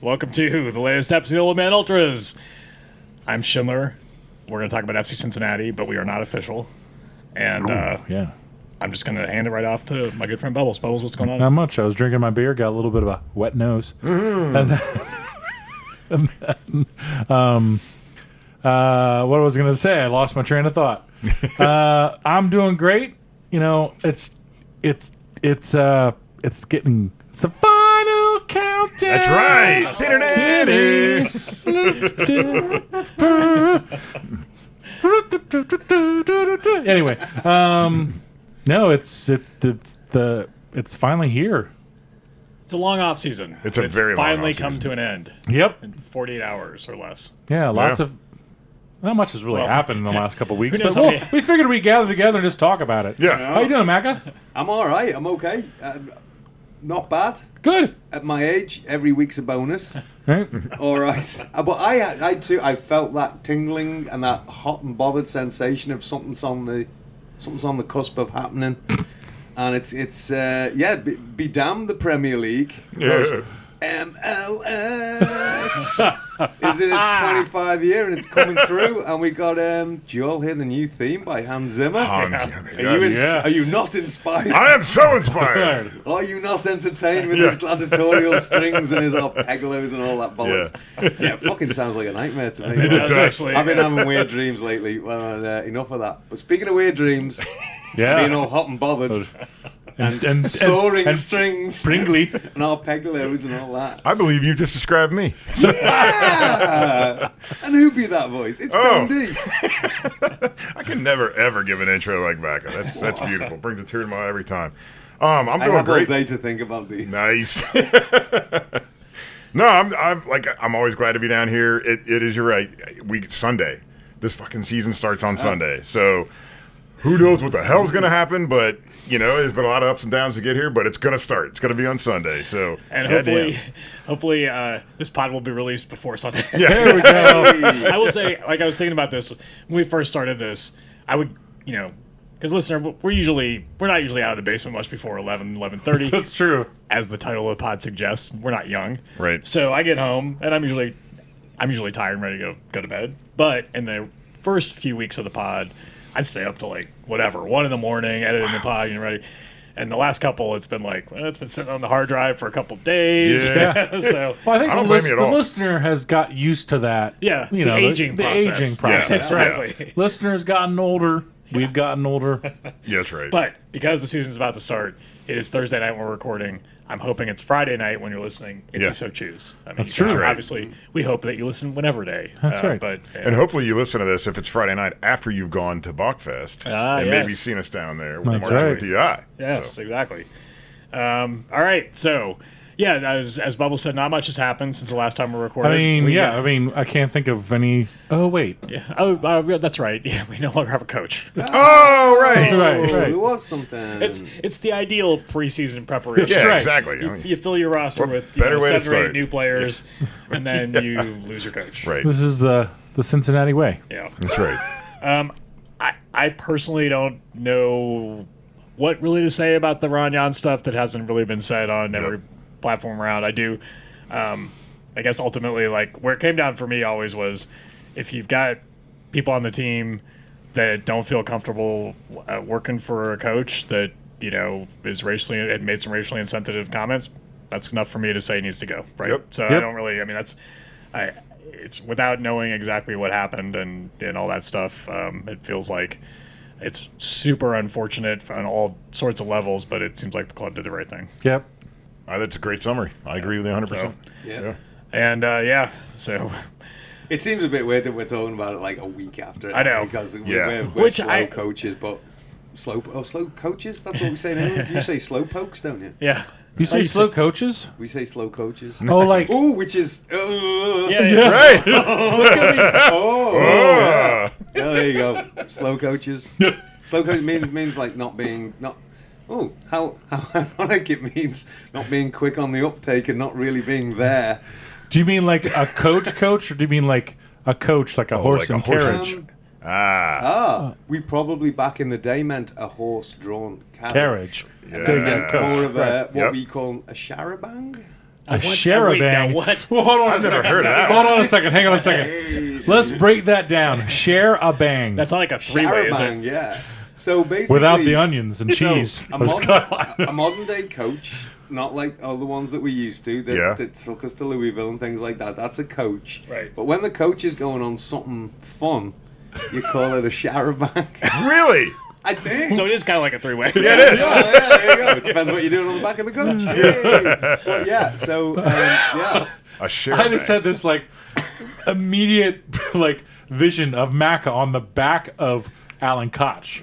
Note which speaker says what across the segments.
Speaker 1: Welcome to the latest episode of Old Man Ultras. I'm Schindler. We're going to talk about FC Cincinnati, but we are not official. And uh,
Speaker 2: Yeah.
Speaker 1: I'm just going to hand it right off to my good friend Bubbles. Bubbles, what's going on?
Speaker 2: Not much. I was drinking my beer, got a little bit of a wet nose. And then, and then, um, uh, what I was going to say, I lost my train of thought. uh, I'm doing great. You know, it's, it's, it's, uh, it's getting, it's the final countdown.
Speaker 3: That's right.
Speaker 2: anyway, um, no, it's it, it's the it's finally here.
Speaker 1: It's a long off season.
Speaker 3: It's a very long
Speaker 1: finally
Speaker 3: off
Speaker 1: come
Speaker 3: season.
Speaker 1: to an end.
Speaker 2: Yep.
Speaker 1: 48 hours or less.
Speaker 2: Yeah, lots
Speaker 3: Yeah.
Speaker 2: of not much has really happened in the last couple weeks,
Speaker 1: knows
Speaker 2: but
Speaker 1: how
Speaker 2: we'll,
Speaker 1: many-
Speaker 2: we figured we'd gather together and just talk about it.
Speaker 3: Yeah.
Speaker 2: How you doing, Maca?
Speaker 4: I'm all right. I'm okay. Uh, not bad.
Speaker 2: Good.
Speaker 4: At my age, every week's a bonus.
Speaker 2: Right?
Speaker 4: All right. Uh, But I, I too, I felt that tingling and that hot and bothered sensation of something's on the, something's on the cusp of happening. And it's it's uh, yeah, be, be damned the Premier League.
Speaker 3: Yeah. Oh,
Speaker 4: MLS is in its 25 year and it's coming through. And we got um, do you all hear the new theme by Hans Zimmer?
Speaker 3: Hans,
Speaker 4: are, you ins-
Speaker 2: yeah.
Speaker 4: are you not inspired?
Speaker 3: I am so inspired.
Speaker 4: Are you not entertained with
Speaker 3: Yeah.
Speaker 4: his gladiatorial strings and his arpeggios and all that bollocks? Yeah. it fucking sounds like a nightmare to me.
Speaker 3: It does.
Speaker 1: Actually,
Speaker 4: I've been having weird dreams lately. Well, uh, enough of that. But speaking of weird dreams, being
Speaker 2: Yeah.
Speaker 4: all hot and bothered,
Speaker 2: And, and, Oh. and
Speaker 4: soaring strings
Speaker 2: Pringley.
Speaker 4: and arpeggios and all that.
Speaker 3: I believe you just described me.
Speaker 4: Ah! and who be that voice? It's
Speaker 3: Oh.
Speaker 4: Dundee.
Speaker 3: I can never ever give an intro like Vaca. That's that's beautiful. Brings a tear to my eye every time. Um, I'm
Speaker 4: I
Speaker 3: doing
Speaker 4: have all
Speaker 3: great.
Speaker 4: day to think about these.
Speaker 3: Nice. no, I'm, I'm like I'm always glad to be down here. It, it is you're right. We Sunday. This fucking season starts
Speaker 1: Oh.
Speaker 3: on Sunday, so who knows what the hell's gonna happen? But you know, there's been a lot of ups and downs to get here, but it's gonna start. It's gonna be on Sunday. So
Speaker 1: and
Speaker 3: goddamn.
Speaker 1: hopefully, hopefully uh, this pod will be released before Sunday.
Speaker 2: There we go.
Speaker 1: I will say, like I was thinking about this when we first started this, I would, you know, because listener, we're usually we're not usually out of the basement much before 11, 11.30.
Speaker 2: That's true.
Speaker 1: as the title of the pod suggests, we're not young.
Speaker 3: Right.
Speaker 1: So I get home and I'm usually I'm usually tired and ready to go go to bed. But in the first few weeks of the pod, I'd stay up till like whatever, one in the morning, editing the pod, you know, ready. And the last couple, it's been like well, it's been sitting on the hard drive for a couple of days.
Speaker 3: Yeah.
Speaker 1: so
Speaker 2: Well, I think
Speaker 3: I
Speaker 2: the,
Speaker 3: don't blame
Speaker 2: lis-
Speaker 3: you at
Speaker 2: the
Speaker 3: all.
Speaker 2: listener has got used to that.
Speaker 1: Yeah,
Speaker 2: You
Speaker 1: the
Speaker 2: know,
Speaker 1: aging process.
Speaker 2: aging
Speaker 1: Yeah,
Speaker 2: process.
Speaker 1: exactly.
Speaker 2: right. Listener's gotten older. We've gotten older.
Speaker 3: Yeah, that's right.
Speaker 1: But because the season's about to start, it is Thursday night when we're recording. I'm hoping it's Friday night when you're listening, if
Speaker 3: Yeah.
Speaker 1: you so choose. I mean,
Speaker 2: That's
Speaker 1: you
Speaker 2: true.
Speaker 1: know,
Speaker 3: Right.
Speaker 1: Obviously, we hope that you listen whenever day.
Speaker 2: That's right.
Speaker 1: But uh,
Speaker 3: and hopefully you listen to this if it's Friday night after you've gone to Bachfest
Speaker 1: Ah,
Speaker 3: and maybe
Speaker 1: yes.
Speaker 3: seen us down there
Speaker 2: That's
Speaker 3: marching
Speaker 2: right.
Speaker 3: with the eye.
Speaker 1: Yes, exactly. Um, all right, so yeah, as as Bubble said, not much has happened since the last time we recorded.
Speaker 2: I mean,
Speaker 1: We-
Speaker 2: yeah. I mean, I can't think of any. Oh wait,
Speaker 1: yeah. Oh, uh, yeah, that's right. Yeah, we no longer have a coach.
Speaker 3: Oh
Speaker 2: Right,
Speaker 3: right.
Speaker 4: Oh,
Speaker 2: right.
Speaker 4: There was something.
Speaker 1: It's it's the ideal preseason preparation.
Speaker 3: Yeah,
Speaker 2: right.
Speaker 3: exactly. I
Speaker 1: You,
Speaker 3: mean,
Speaker 1: you fill your roster
Speaker 3: What
Speaker 1: with you
Speaker 3: better
Speaker 1: know,
Speaker 3: way to
Speaker 1: seven or eight
Speaker 3: start?
Speaker 1: new players, and then you lose your coach.
Speaker 3: right.
Speaker 2: this is the the Cincinnati way.
Speaker 1: Yeah.
Speaker 3: That's right.
Speaker 1: I, I personally don't know what really to say about the Ron Jan stuff that hasn't really been said on every platform around. I do, um, I guess ultimately, like where it came down for me always was if you've got people on the team that don't feel comfortable uh, working for a coach that you know is racially had made some racially insensitive comments, that's enough for me to say he needs to go. Right.
Speaker 3: Yep.
Speaker 1: So I
Speaker 2: Yep.
Speaker 1: don't really. I mean, that's I. It's without knowing exactly what happened and and all that stuff. Um, it feels like it's super unfortunate on all sorts of levels, but it seems like the club did the right thing.
Speaker 2: Yep.
Speaker 3: Uh, that's a great summary. I agree with you 100%.
Speaker 4: yeah.
Speaker 1: And uh, yeah, so
Speaker 4: It seems a bit weird that we're talking about it like a week after it.
Speaker 1: I know.
Speaker 4: because we-
Speaker 3: Yeah.
Speaker 4: we're, we're
Speaker 1: Which
Speaker 4: slow
Speaker 1: I-
Speaker 4: coaches, but slow oh slow coaches. That's what we say now. You say slow pokes, don't you?
Speaker 1: yeah,
Speaker 2: You say
Speaker 1: Like,
Speaker 2: slow coaches?
Speaker 4: We say slow coaches.
Speaker 2: Oh, like
Speaker 4: Oh, which is oh,
Speaker 1: Yeah, yeah.
Speaker 3: Right.
Speaker 4: oh.
Speaker 3: Yeah.
Speaker 4: Yeah, there you go. Slow coaches. slow coach means means like not being not. Oh, how how ironic it means not being quick on the uptake and not really being there.
Speaker 2: do you mean like a coach coach or do you mean like a coach like a horse
Speaker 3: like a
Speaker 2: and
Speaker 3: horse
Speaker 2: carriage?
Speaker 4: Um,
Speaker 1: Uh,
Speaker 3: ah.
Speaker 4: ah, we probably back in the day meant a horse-drawn carriage.
Speaker 2: carriage.
Speaker 3: Yeah.
Speaker 2: Go get
Speaker 4: More of a,
Speaker 2: coach. Right.
Speaker 4: what
Speaker 3: Yep.
Speaker 4: we call a charabang.
Speaker 2: A
Speaker 1: oh, wait, now
Speaker 2: Sherabang.
Speaker 1: what?
Speaker 2: Well, hold on
Speaker 3: I've
Speaker 2: a
Speaker 3: never
Speaker 2: second.
Speaker 3: heard of that.
Speaker 2: Hold on a second. Hang on a second. Let's break that down. Share a bang.
Speaker 1: That's not like a three way, is
Speaker 4: Arabang,
Speaker 1: it?
Speaker 4: yeah. So basically,
Speaker 2: without the onions and
Speaker 4: so
Speaker 2: cheese.
Speaker 4: a,
Speaker 2: of
Speaker 4: modern,
Speaker 2: Scotland.
Speaker 4: a modern day coach, not like all the ones that we used to that,
Speaker 3: Yeah.
Speaker 4: that took us to Louisville and things like that. That's a coach.
Speaker 1: Right.
Speaker 4: But when the coach is going on something fun, you call it a sharabang.
Speaker 3: Really?
Speaker 4: I think. Oh,
Speaker 1: So it is kind of like a three way.
Speaker 3: It is.
Speaker 4: yeah, yeah, there you go. It depends what you're doing on the back of the coach. Yay. But yeah, so um, yeah.
Speaker 3: A share.
Speaker 2: I just had this like immediate like vision of Maca on the back of Alan Koch.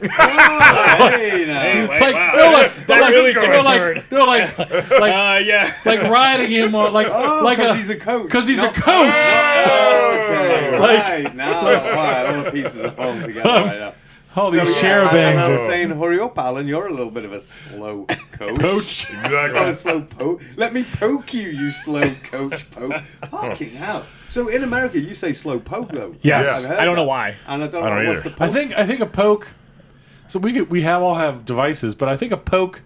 Speaker 4: Hey, now.
Speaker 1: Anyway,
Speaker 2: Like
Speaker 1: wow.
Speaker 2: they're like
Speaker 1: that
Speaker 2: they're like
Speaker 1: really took
Speaker 2: they're
Speaker 1: a
Speaker 2: like,
Speaker 1: turn.
Speaker 2: they're like like
Speaker 1: Uh, yeah.
Speaker 2: like riding him on like
Speaker 4: Oh,
Speaker 2: like
Speaker 4: 'cause he's a coach,
Speaker 2: because he's a
Speaker 4: not-
Speaker 2: coach.
Speaker 4: Okay,
Speaker 2: Like-
Speaker 4: right now, right, all the pieces are falling together. Right now.
Speaker 2: All these
Speaker 4: So,
Speaker 2: share
Speaker 4: yeah, I- and I
Speaker 2: bangs.
Speaker 4: was saying, hurry up, Alan. You're a little bit of a slow coach.
Speaker 2: Coach.
Speaker 4: You're a
Speaker 3: Exactly.
Speaker 4: slow poke. Let me poke you, you slow coach poke. Fucking hell. So in America, you say slow poke though.
Speaker 2: Yes.
Speaker 4: I've heard
Speaker 1: I don't know
Speaker 4: that.
Speaker 1: why.
Speaker 4: And I don't,
Speaker 3: I don't
Speaker 4: know what's
Speaker 3: either.
Speaker 4: the
Speaker 2: I
Speaker 4: poke.
Speaker 2: think I think a poke. So we could, we have all have devices, but I think a poke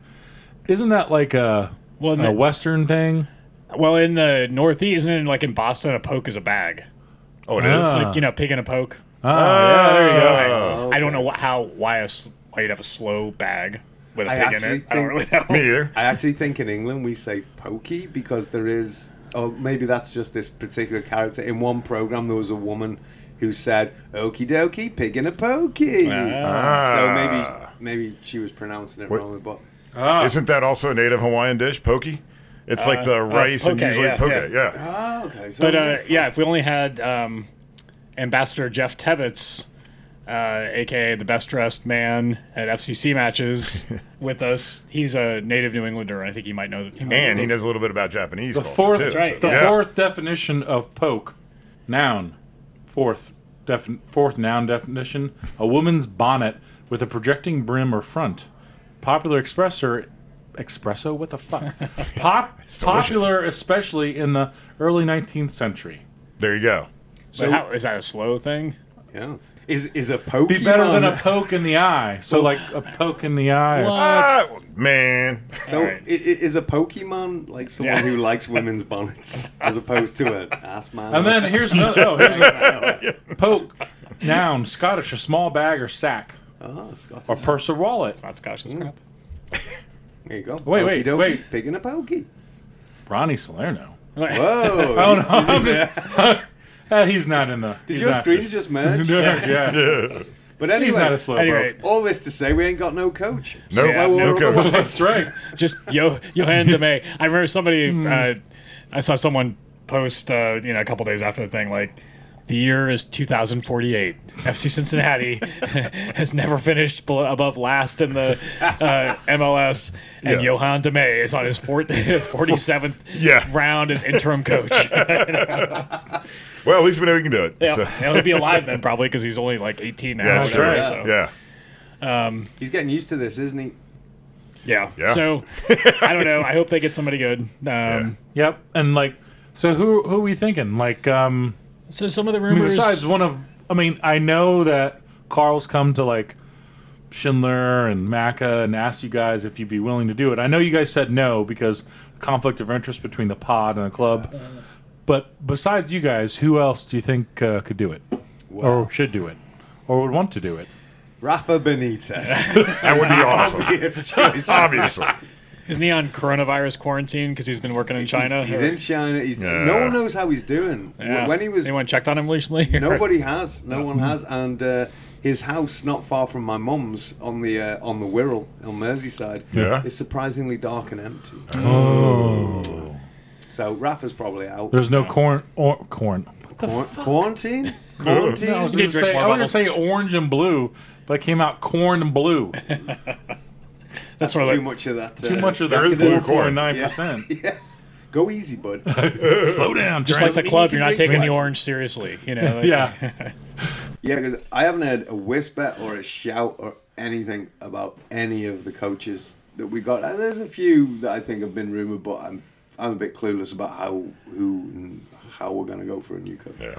Speaker 2: isn't that like a
Speaker 1: Well,
Speaker 2: a
Speaker 1: no.
Speaker 2: Western thing?
Speaker 1: Uh, Well, in the Northeast, isn't it like in Boston, a poke is a bag?
Speaker 3: Oh, it is.
Speaker 2: Ah.
Speaker 1: Like, you know, pig in a poke.
Speaker 2: Oh, yeah, there you
Speaker 1: So
Speaker 2: go.
Speaker 3: Oh,
Speaker 1: I, I don't know what, how why a s why you'd have a slow bag with a
Speaker 4: I
Speaker 1: pig in
Speaker 4: actually
Speaker 1: it. I don't really
Speaker 4: think-
Speaker 1: know.
Speaker 3: Me neither.
Speaker 4: I actually think in England we say pokey because there is, oh, maybe that's just this particular character. In one program, there was a woman who said, "Okey dokie, pig in a pokey."
Speaker 1: Ah.
Speaker 4: So maybe maybe she was pronouncing it
Speaker 3: What-
Speaker 4: wrong, but
Speaker 2: Ah.
Speaker 3: Isn't that also a native Hawaiian dish, pokey? It's like the rice and
Speaker 1: poke,
Speaker 3: usually
Speaker 1: Uh, oh, yeah,
Speaker 3: poke.
Speaker 1: yeah.
Speaker 3: Yeah.
Speaker 4: oh, okay. So
Speaker 1: But uh, yeah, if we only had um, Ambassador Jeff Tebbets, uh, aka the best dressed man at FCC matches, with us, he's a native New Englander, and I think he might know that. He might
Speaker 3: And he knows a little bit about Japanese
Speaker 2: The
Speaker 3: culture
Speaker 2: fourth,
Speaker 3: too.
Speaker 1: right,
Speaker 2: the
Speaker 1: yeah.
Speaker 2: fourth definition of poke, noun, fourth, defin fourth noun definition: a woman's bonnet with a projecting brim or front. Popular expressor, espresso. What the fuck? Pop,
Speaker 3: delicious.
Speaker 2: popular, especially in the early 19th century.
Speaker 3: There you go.
Speaker 1: But how, is that a slow thing?
Speaker 4: yeah. Is is a pokey
Speaker 2: Be better than a poke in the eye. So like a poke in the eye. or-
Speaker 1: Oh,
Speaker 3: Ah, man.
Speaker 4: So i- i- is a Pokemon like someone
Speaker 1: Yeah.
Speaker 4: who likes women's bonnets as opposed to an ass man?
Speaker 2: And then here's another. Oh, here's a poke. Noun, Scottish, a small bag or sack,
Speaker 4: oh, Scottish.
Speaker 2: or purse or wallet.
Speaker 1: Not Scotch
Speaker 3: Hmm.
Speaker 1: is crap.
Speaker 4: There you go.
Speaker 2: Wait, wait,
Speaker 4: Okey-dokey,
Speaker 2: wait.
Speaker 4: Pig in a pokey.
Speaker 2: Ronnie Salerno.
Speaker 4: Whoa!
Speaker 2: Oh no, I'm just, uh, he's not in the.
Speaker 4: Did
Speaker 2: he's
Speaker 4: your
Speaker 2: not-
Speaker 4: screens just merge?
Speaker 2: yeah, yeah.
Speaker 3: Yeah.
Speaker 4: But anyway,
Speaker 2: he's not a slow
Speaker 1: Anyway,
Speaker 2: poke.
Speaker 4: all this to say, we ain't got no coach. uh,
Speaker 3: No,
Speaker 4: Slow
Speaker 1: Yeah,
Speaker 4: or
Speaker 3: no coach.
Speaker 4: otherwise.
Speaker 2: That's right.
Speaker 1: just Yo Johan de May. I remember somebody.
Speaker 3: Hmm.
Speaker 1: Uh, I saw someone post, uh, you know, a couple days after the thing, like. The year is 2048. FC Cincinnati has never finished bel- above last in the uh, MLS, and
Speaker 3: Yeah.
Speaker 1: Johan de May is on his fourth, 47th
Speaker 3: Yeah.
Speaker 1: round as interim coach. yeah,
Speaker 3: Well, at least we know he can do it. So,
Speaker 1: and he'll be alive then probably because he's only like 18 now.
Speaker 3: yeah,
Speaker 1: or
Speaker 3: that's true.
Speaker 1: whatever,
Speaker 2: right.
Speaker 1: so-
Speaker 3: Yeah.
Speaker 4: He's getting used to this, isn't he?
Speaker 1: yeah,
Speaker 3: Yeah.
Speaker 1: So I don't know. I hope they get somebody good. Um,
Speaker 2: Yep. And like, so who who are we thinking? Like, um,
Speaker 1: So some of the
Speaker 2: I mean,
Speaker 1: rumors.
Speaker 2: besides one of, I mean, I know that Carl's come to like Schindler and Macca and asked you guys if you'd be willing to do it. I know you guys said no because conflict of interest between the pod and the club. But besides you guys, who else do you think uh, could do it, or should do it, or would want to do it?
Speaker 4: Rafa Benitez.
Speaker 3: That would be
Speaker 1: uh,
Speaker 3: awesome.
Speaker 4: Obvious choice.
Speaker 3: Obviously.
Speaker 1: Isn't he on coronavirus quarantine because he's been working in China?
Speaker 4: He's, he's in China. He's,
Speaker 3: Yeah.
Speaker 4: No one knows how he's doing.
Speaker 1: Yeah.
Speaker 4: When he was
Speaker 1: anyone checked on him recently?
Speaker 4: Nobody has. No
Speaker 2: Mm-hmm.
Speaker 4: one has. And uh, his house, not far from my mum's, on the uh, on the Wirral on Merseyside,
Speaker 3: Yeah.
Speaker 4: is surprisingly dark and empty.
Speaker 2: Oh,
Speaker 4: So Rafa's probably out.
Speaker 2: there's no corn or corn.
Speaker 4: Quar- quarantine. Quarantine.
Speaker 2: I
Speaker 1: You need to
Speaker 2: was going to
Speaker 1: drink
Speaker 2: say,
Speaker 1: more
Speaker 2: I was gonna
Speaker 1: bubbles.
Speaker 2: say orange and blue, but it came out corn and blue.
Speaker 1: That's
Speaker 4: That's
Speaker 1: sort
Speaker 4: too
Speaker 1: of like,
Speaker 4: much of that.
Speaker 2: Too
Speaker 4: uh,
Speaker 2: much of
Speaker 3: There
Speaker 2: that
Speaker 3: is blue
Speaker 2: four
Speaker 3: corn.
Speaker 2: point nine
Speaker 4: Yeah.
Speaker 2: percent.
Speaker 4: yeah. Go easy, bud.
Speaker 2: Slow down,
Speaker 1: just like the
Speaker 4: mean,
Speaker 1: club.
Speaker 4: you
Speaker 1: You're
Speaker 4: can
Speaker 1: not
Speaker 4: drink
Speaker 1: taking the
Speaker 4: less.
Speaker 1: orange seriously. You know. like-
Speaker 2: yeah.
Speaker 4: yeah, because I haven't heard a whisper or a shout or anything about any of the coaches that we got. And there's a few that I think have been rumored, but I'm I'm a bit clueless about how who and how we're going to go for a new coach.
Speaker 3: Yeah.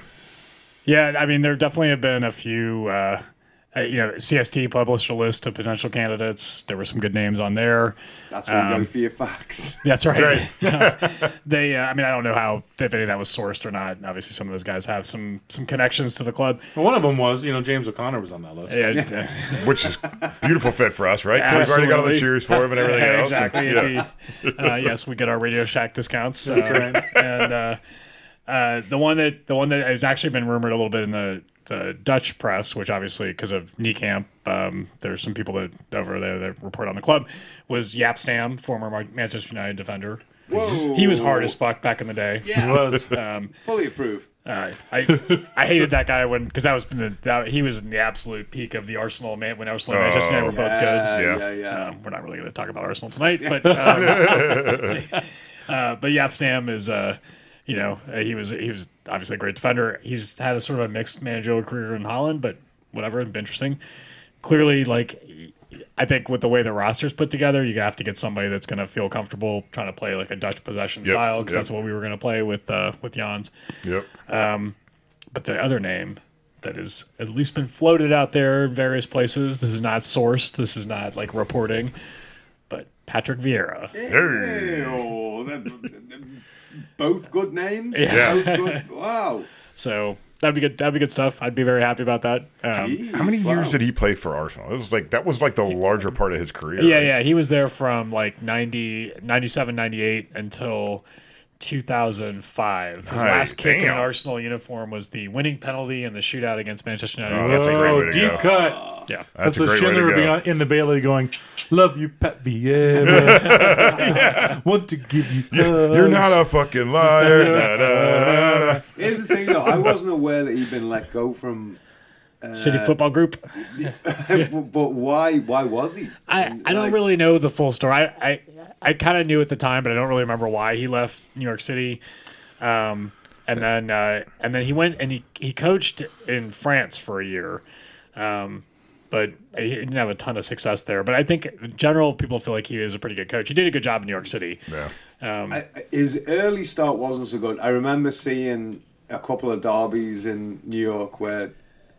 Speaker 1: Yeah, I mean, there definitely have been a few uh, uh, you know, CST published a list of potential candidates. There were some good names on there.
Speaker 4: That's where
Speaker 3: Um,
Speaker 4: you go for your facts.
Speaker 1: That's right.
Speaker 3: Right.
Speaker 1: they, uh, I mean, I don't know how if any of that was sourced or not. Obviously, some of those guys have some some connections to the club.
Speaker 2: Well, one of them was, you know, James O'Connor was on that list.
Speaker 1: Yeah,
Speaker 3: Which is beautiful fit for us, right? 'Cause We've already got all the
Speaker 1: Absolutely.
Speaker 3: cheers for him and everything
Speaker 1: Yeah,
Speaker 3: else.
Speaker 1: exactly.
Speaker 3: Yeah.
Speaker 1: It'd be- uh, yes, we get our Radio Shack discounts. That's right. And uh, uh, the one that the one that has actually been rumored a little bit in the, the Dutch press, which obviously because of Niekamp, um, there's some people that over there that report on the club, was Yapstam, former Mar- Manchester United defender.
Speaker 4: Whoa.
Speaker 1: He was hard as fuck back in the day.
Speaker 2: He was.
Speaker 4: Fully approve.
Speaker 1: Uh, I I hated that guy when because that was the, that, he was in the absolute peak of the Arsenal man when Arsenal and Manchester United were both good.
Speaker 4: Yeah,
Speaker 3: Yeah.
Speaker 4: yeah, Uh, yeah.
Speaker 1: Um, we're not really going to talk about Arsenal tonight, but um, uh, but Yapstam is, uh, you know, uh, he was he was obviously a great defender. He's had a sort of a mixed managerial career in Holland, but whatever, it'd be interesting. Clearly, like I think with the way the roster's put together, you have to get somebody that's going to feel comfortable trying to play like a Dutch possession
Speaker 3: Yep,
Speaker 1: style because
Speaker 3: yep.
Speaker 1: that's what we were going to play with uh, with Jans.
Speaker 3: Yep.
Speaker 1: But the other name that has at least been floated out there in various places. This is not sourced. This is not like reporting. But Patrick Vieira.
Speaker 3: Hey.
Speaker 4: Ew, that- that- both good names.
Speaker 3: Yeah.
Speaker 4: Both good, wow.
Speaker 1: So that'd be good. That'd be good stuff. I'd be very happy about that. Um,
Speaker 4: Jeez,
Speaker 3: How many
Speaker 4: wow.
Speaker 3: years did he play for Arsenal? It was like that was like the larger part of his career.
Speaker 1: yeah,
Speaker 3: right?
Speaker 1: yeah. He was there from like 90, 97, 98 until 2005. His
Speaker 3: Nice,
Speaker 1: last kick in an
Speaker 3: damn.
Speaker 1: Arsenal uniform was the winning penalty in the shootout against Manchester United.
Speaker 3: Oh, that's a great way to
Speaker 2: deep
Speaker 3: go.
Speaker 2: cut.
Speaker 1: yeah.
Speaker 3: That's, a
Speaker 2: the
Speaker 3: great way to
Speaker 2: Schindler
Speaker 3: go.
Speaker 2: being on- in the Bailey going, "Love you, Pat Vieira. Want to give you hugs.
Speaker 3: You're not a fucking liar. Da, da, da, da.
Speaker 4: Here's the thing, though. I wasn't aware that he'd been let go from.
Speaker 1: City Football Group.
Speaker 4: but, but why? Why was he?
Speaker 1: I, I don't really know the full story. I I, I kind of knew at the time, but I don't really remember why he left New York City. Um, and then uh, and then he went and he he coached in France for a year, um, but he didn't have a ton of success there. But I think in general people feel like he is a pretty good coach. He did a good job in New York City.
Speaker 3: Yeah.
Speaker 4: I, his early start wasn't so good. I remember seeing a couple of derbies in New York where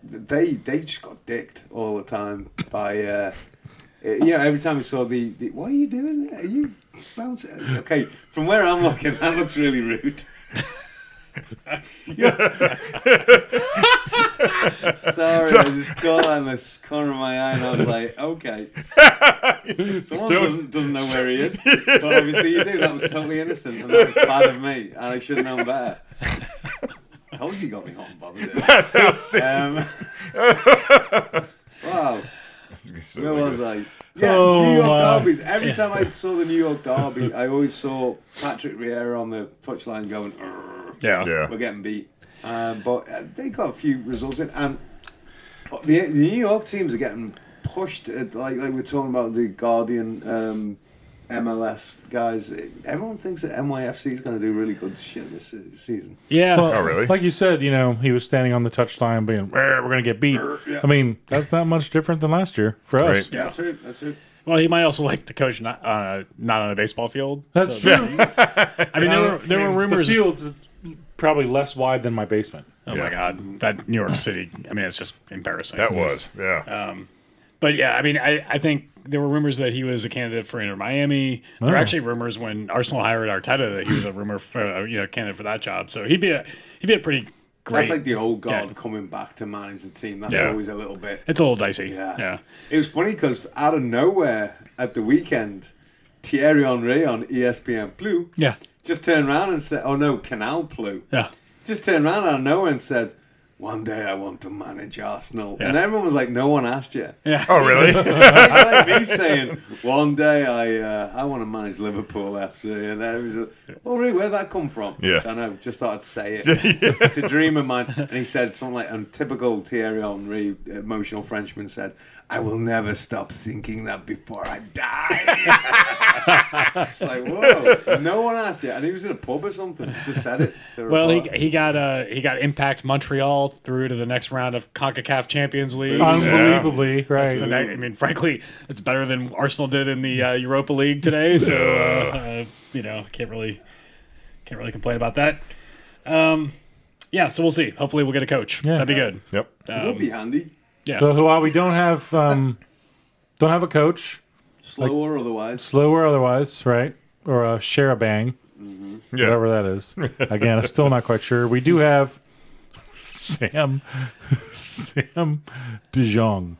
Speaker 4: they they just got dicked all the time by. Uh, you know, every time we saw the, the what are you doing? There? Are you bouncing? Okay, from where I'm looking, that looks really rude. Sorry, I just got on this corner of my eye and I was like, okay. Someone doesn't, doesn't know where he is. But obviously you do. That was totally innocent and that was bad of me and I should have known better. Told you you got me hot and bothered.
Speaker 3: That's outstanding.
Speaker 4: Um, wow.
Speaker 3: So
Speaker 4: Where
Speaker 3: like
Speaker 4: was uh,
Speaker 3: that.
Speaker 4: I? Yeah,
Speaker 2: Oh,
Speaker 4: New York
Speaker 2: wow.
Speaker 4: derbies. Every time I saw the New York derby, I always saw Patrick Vieira on the touchline going, "Arr,
Speaker 1: Yeah,
Speaker 4: we're
Speaker 3: Yeah.
Speaker 4: getting beat. Um, but uh, they got a few results in, and the, the New York teams are getting pushed. At, like like we're talking about the Guardian um, MLS guys. Everyone thinks that NYFC is going to do really good shit this se- season.
Speaker 1: yeah.
Speaker 2: Well,
Speaker 3: Oh, really?
Speaker 2: Like you said, you know, he was standing on the touchline being, "Rrr, we're going to get beat.
Speaker 3: Er,
Speaker 4: yeah.
Speaker 2: I mean, that's not much different than last year for us.
Speaker 3: Right.
Speaker 4: That's right. That's right.
Speaker 1: well, he might also like to coach not uh, not on a baseball field.
Speaker 2: That's
Speaker 1: So,
Speaker 2: true.
Speaker 1: I mean, there were there were rumors.
Speaker 2: The field's probably less wide than my basement.
Speaker 1: Oh
Speaker 3: Yeah.
Speaker 1: my god, that New York City. I mean, it's just embarrassing.
Speaker 3: That was. Yeah.
Speaker 1: But yeah, I mean, I, I think there were rumors that he was a candidate for Inter Miami. There were
Speaker 2: Oh.
Speaker 1: actually rumors when Arsenal hired Arteta that he was a rumor for uh, you know candidate for that job. So he'd be a he'd be a pretty great.
Speaker 4: That's like the old guard
Speaker 1: Yeah.
Speaker 4: coming back to manage the team. That's
Speaker 3: Yeah.
Speaker 4: always a little bit.
Speaker 1: it's a little dicey.
Speaker 4: Yeah.
Speaker 1: Yeah.
Speaker 4: It was funny because out of nowhere at the weekend, Thierry Henry on E ESPN Blue
Speaker 1: Yeah.
Speaker 4: just turned around and said, oh no, Canal Blue.
Speaker 1: Yeah.
Speaker 4: Just turned around out of nowhere and said, one day I want to manage Arsenal. And
Speaker 1: Yeah.
Speaker 4: everyone was like, no one asked you.
Speaker 3: Oh, really?
Speaker 4: It's like, like me saying, one day I uh, I want to manage Liverpool FC. And then it was, oh really, where'd that come from?
Speaker 3: Yeah.
Speaker 4: I don't know, just thought I'd say it. It's a dream of mine. And he said something like, and typical Thierry Henry, emotional Frenchman said, I will never stop thinking that before I die. it's like, whoa, no one asked you. And he was in a pub or something, just said it. to a
Speaker 1: Well, he,
Speaker 4: reporter.
Speaker 1: he got uh he got Impact Montreal through to the next round of Concacaf Champions League.
Speaker 2: Unbelievably, right?
Speaker 1: That's the next- I mean, frankly, it's better than Arsenal did in the uh, Europa League today. So uh, uh, you know, can't really can't really complain about that. Um, yeah, so we'll see. Hopefully, we'll get a coach. That'd be good.
Speaker 3: yep.
Speaker 4: would be handy.
Speaker 1: Yeah.
Speaker 2: So while we don't have um, don't have a coach,
Speaker 4: slow or otherwise.
Speaker 2: slow or otherwise, right? Or a share a bang,
Speaker 3: Yeah.
Speaker 2: whatever that is. Again, I'm still not quite sure. We do have Sam Sam DeJong,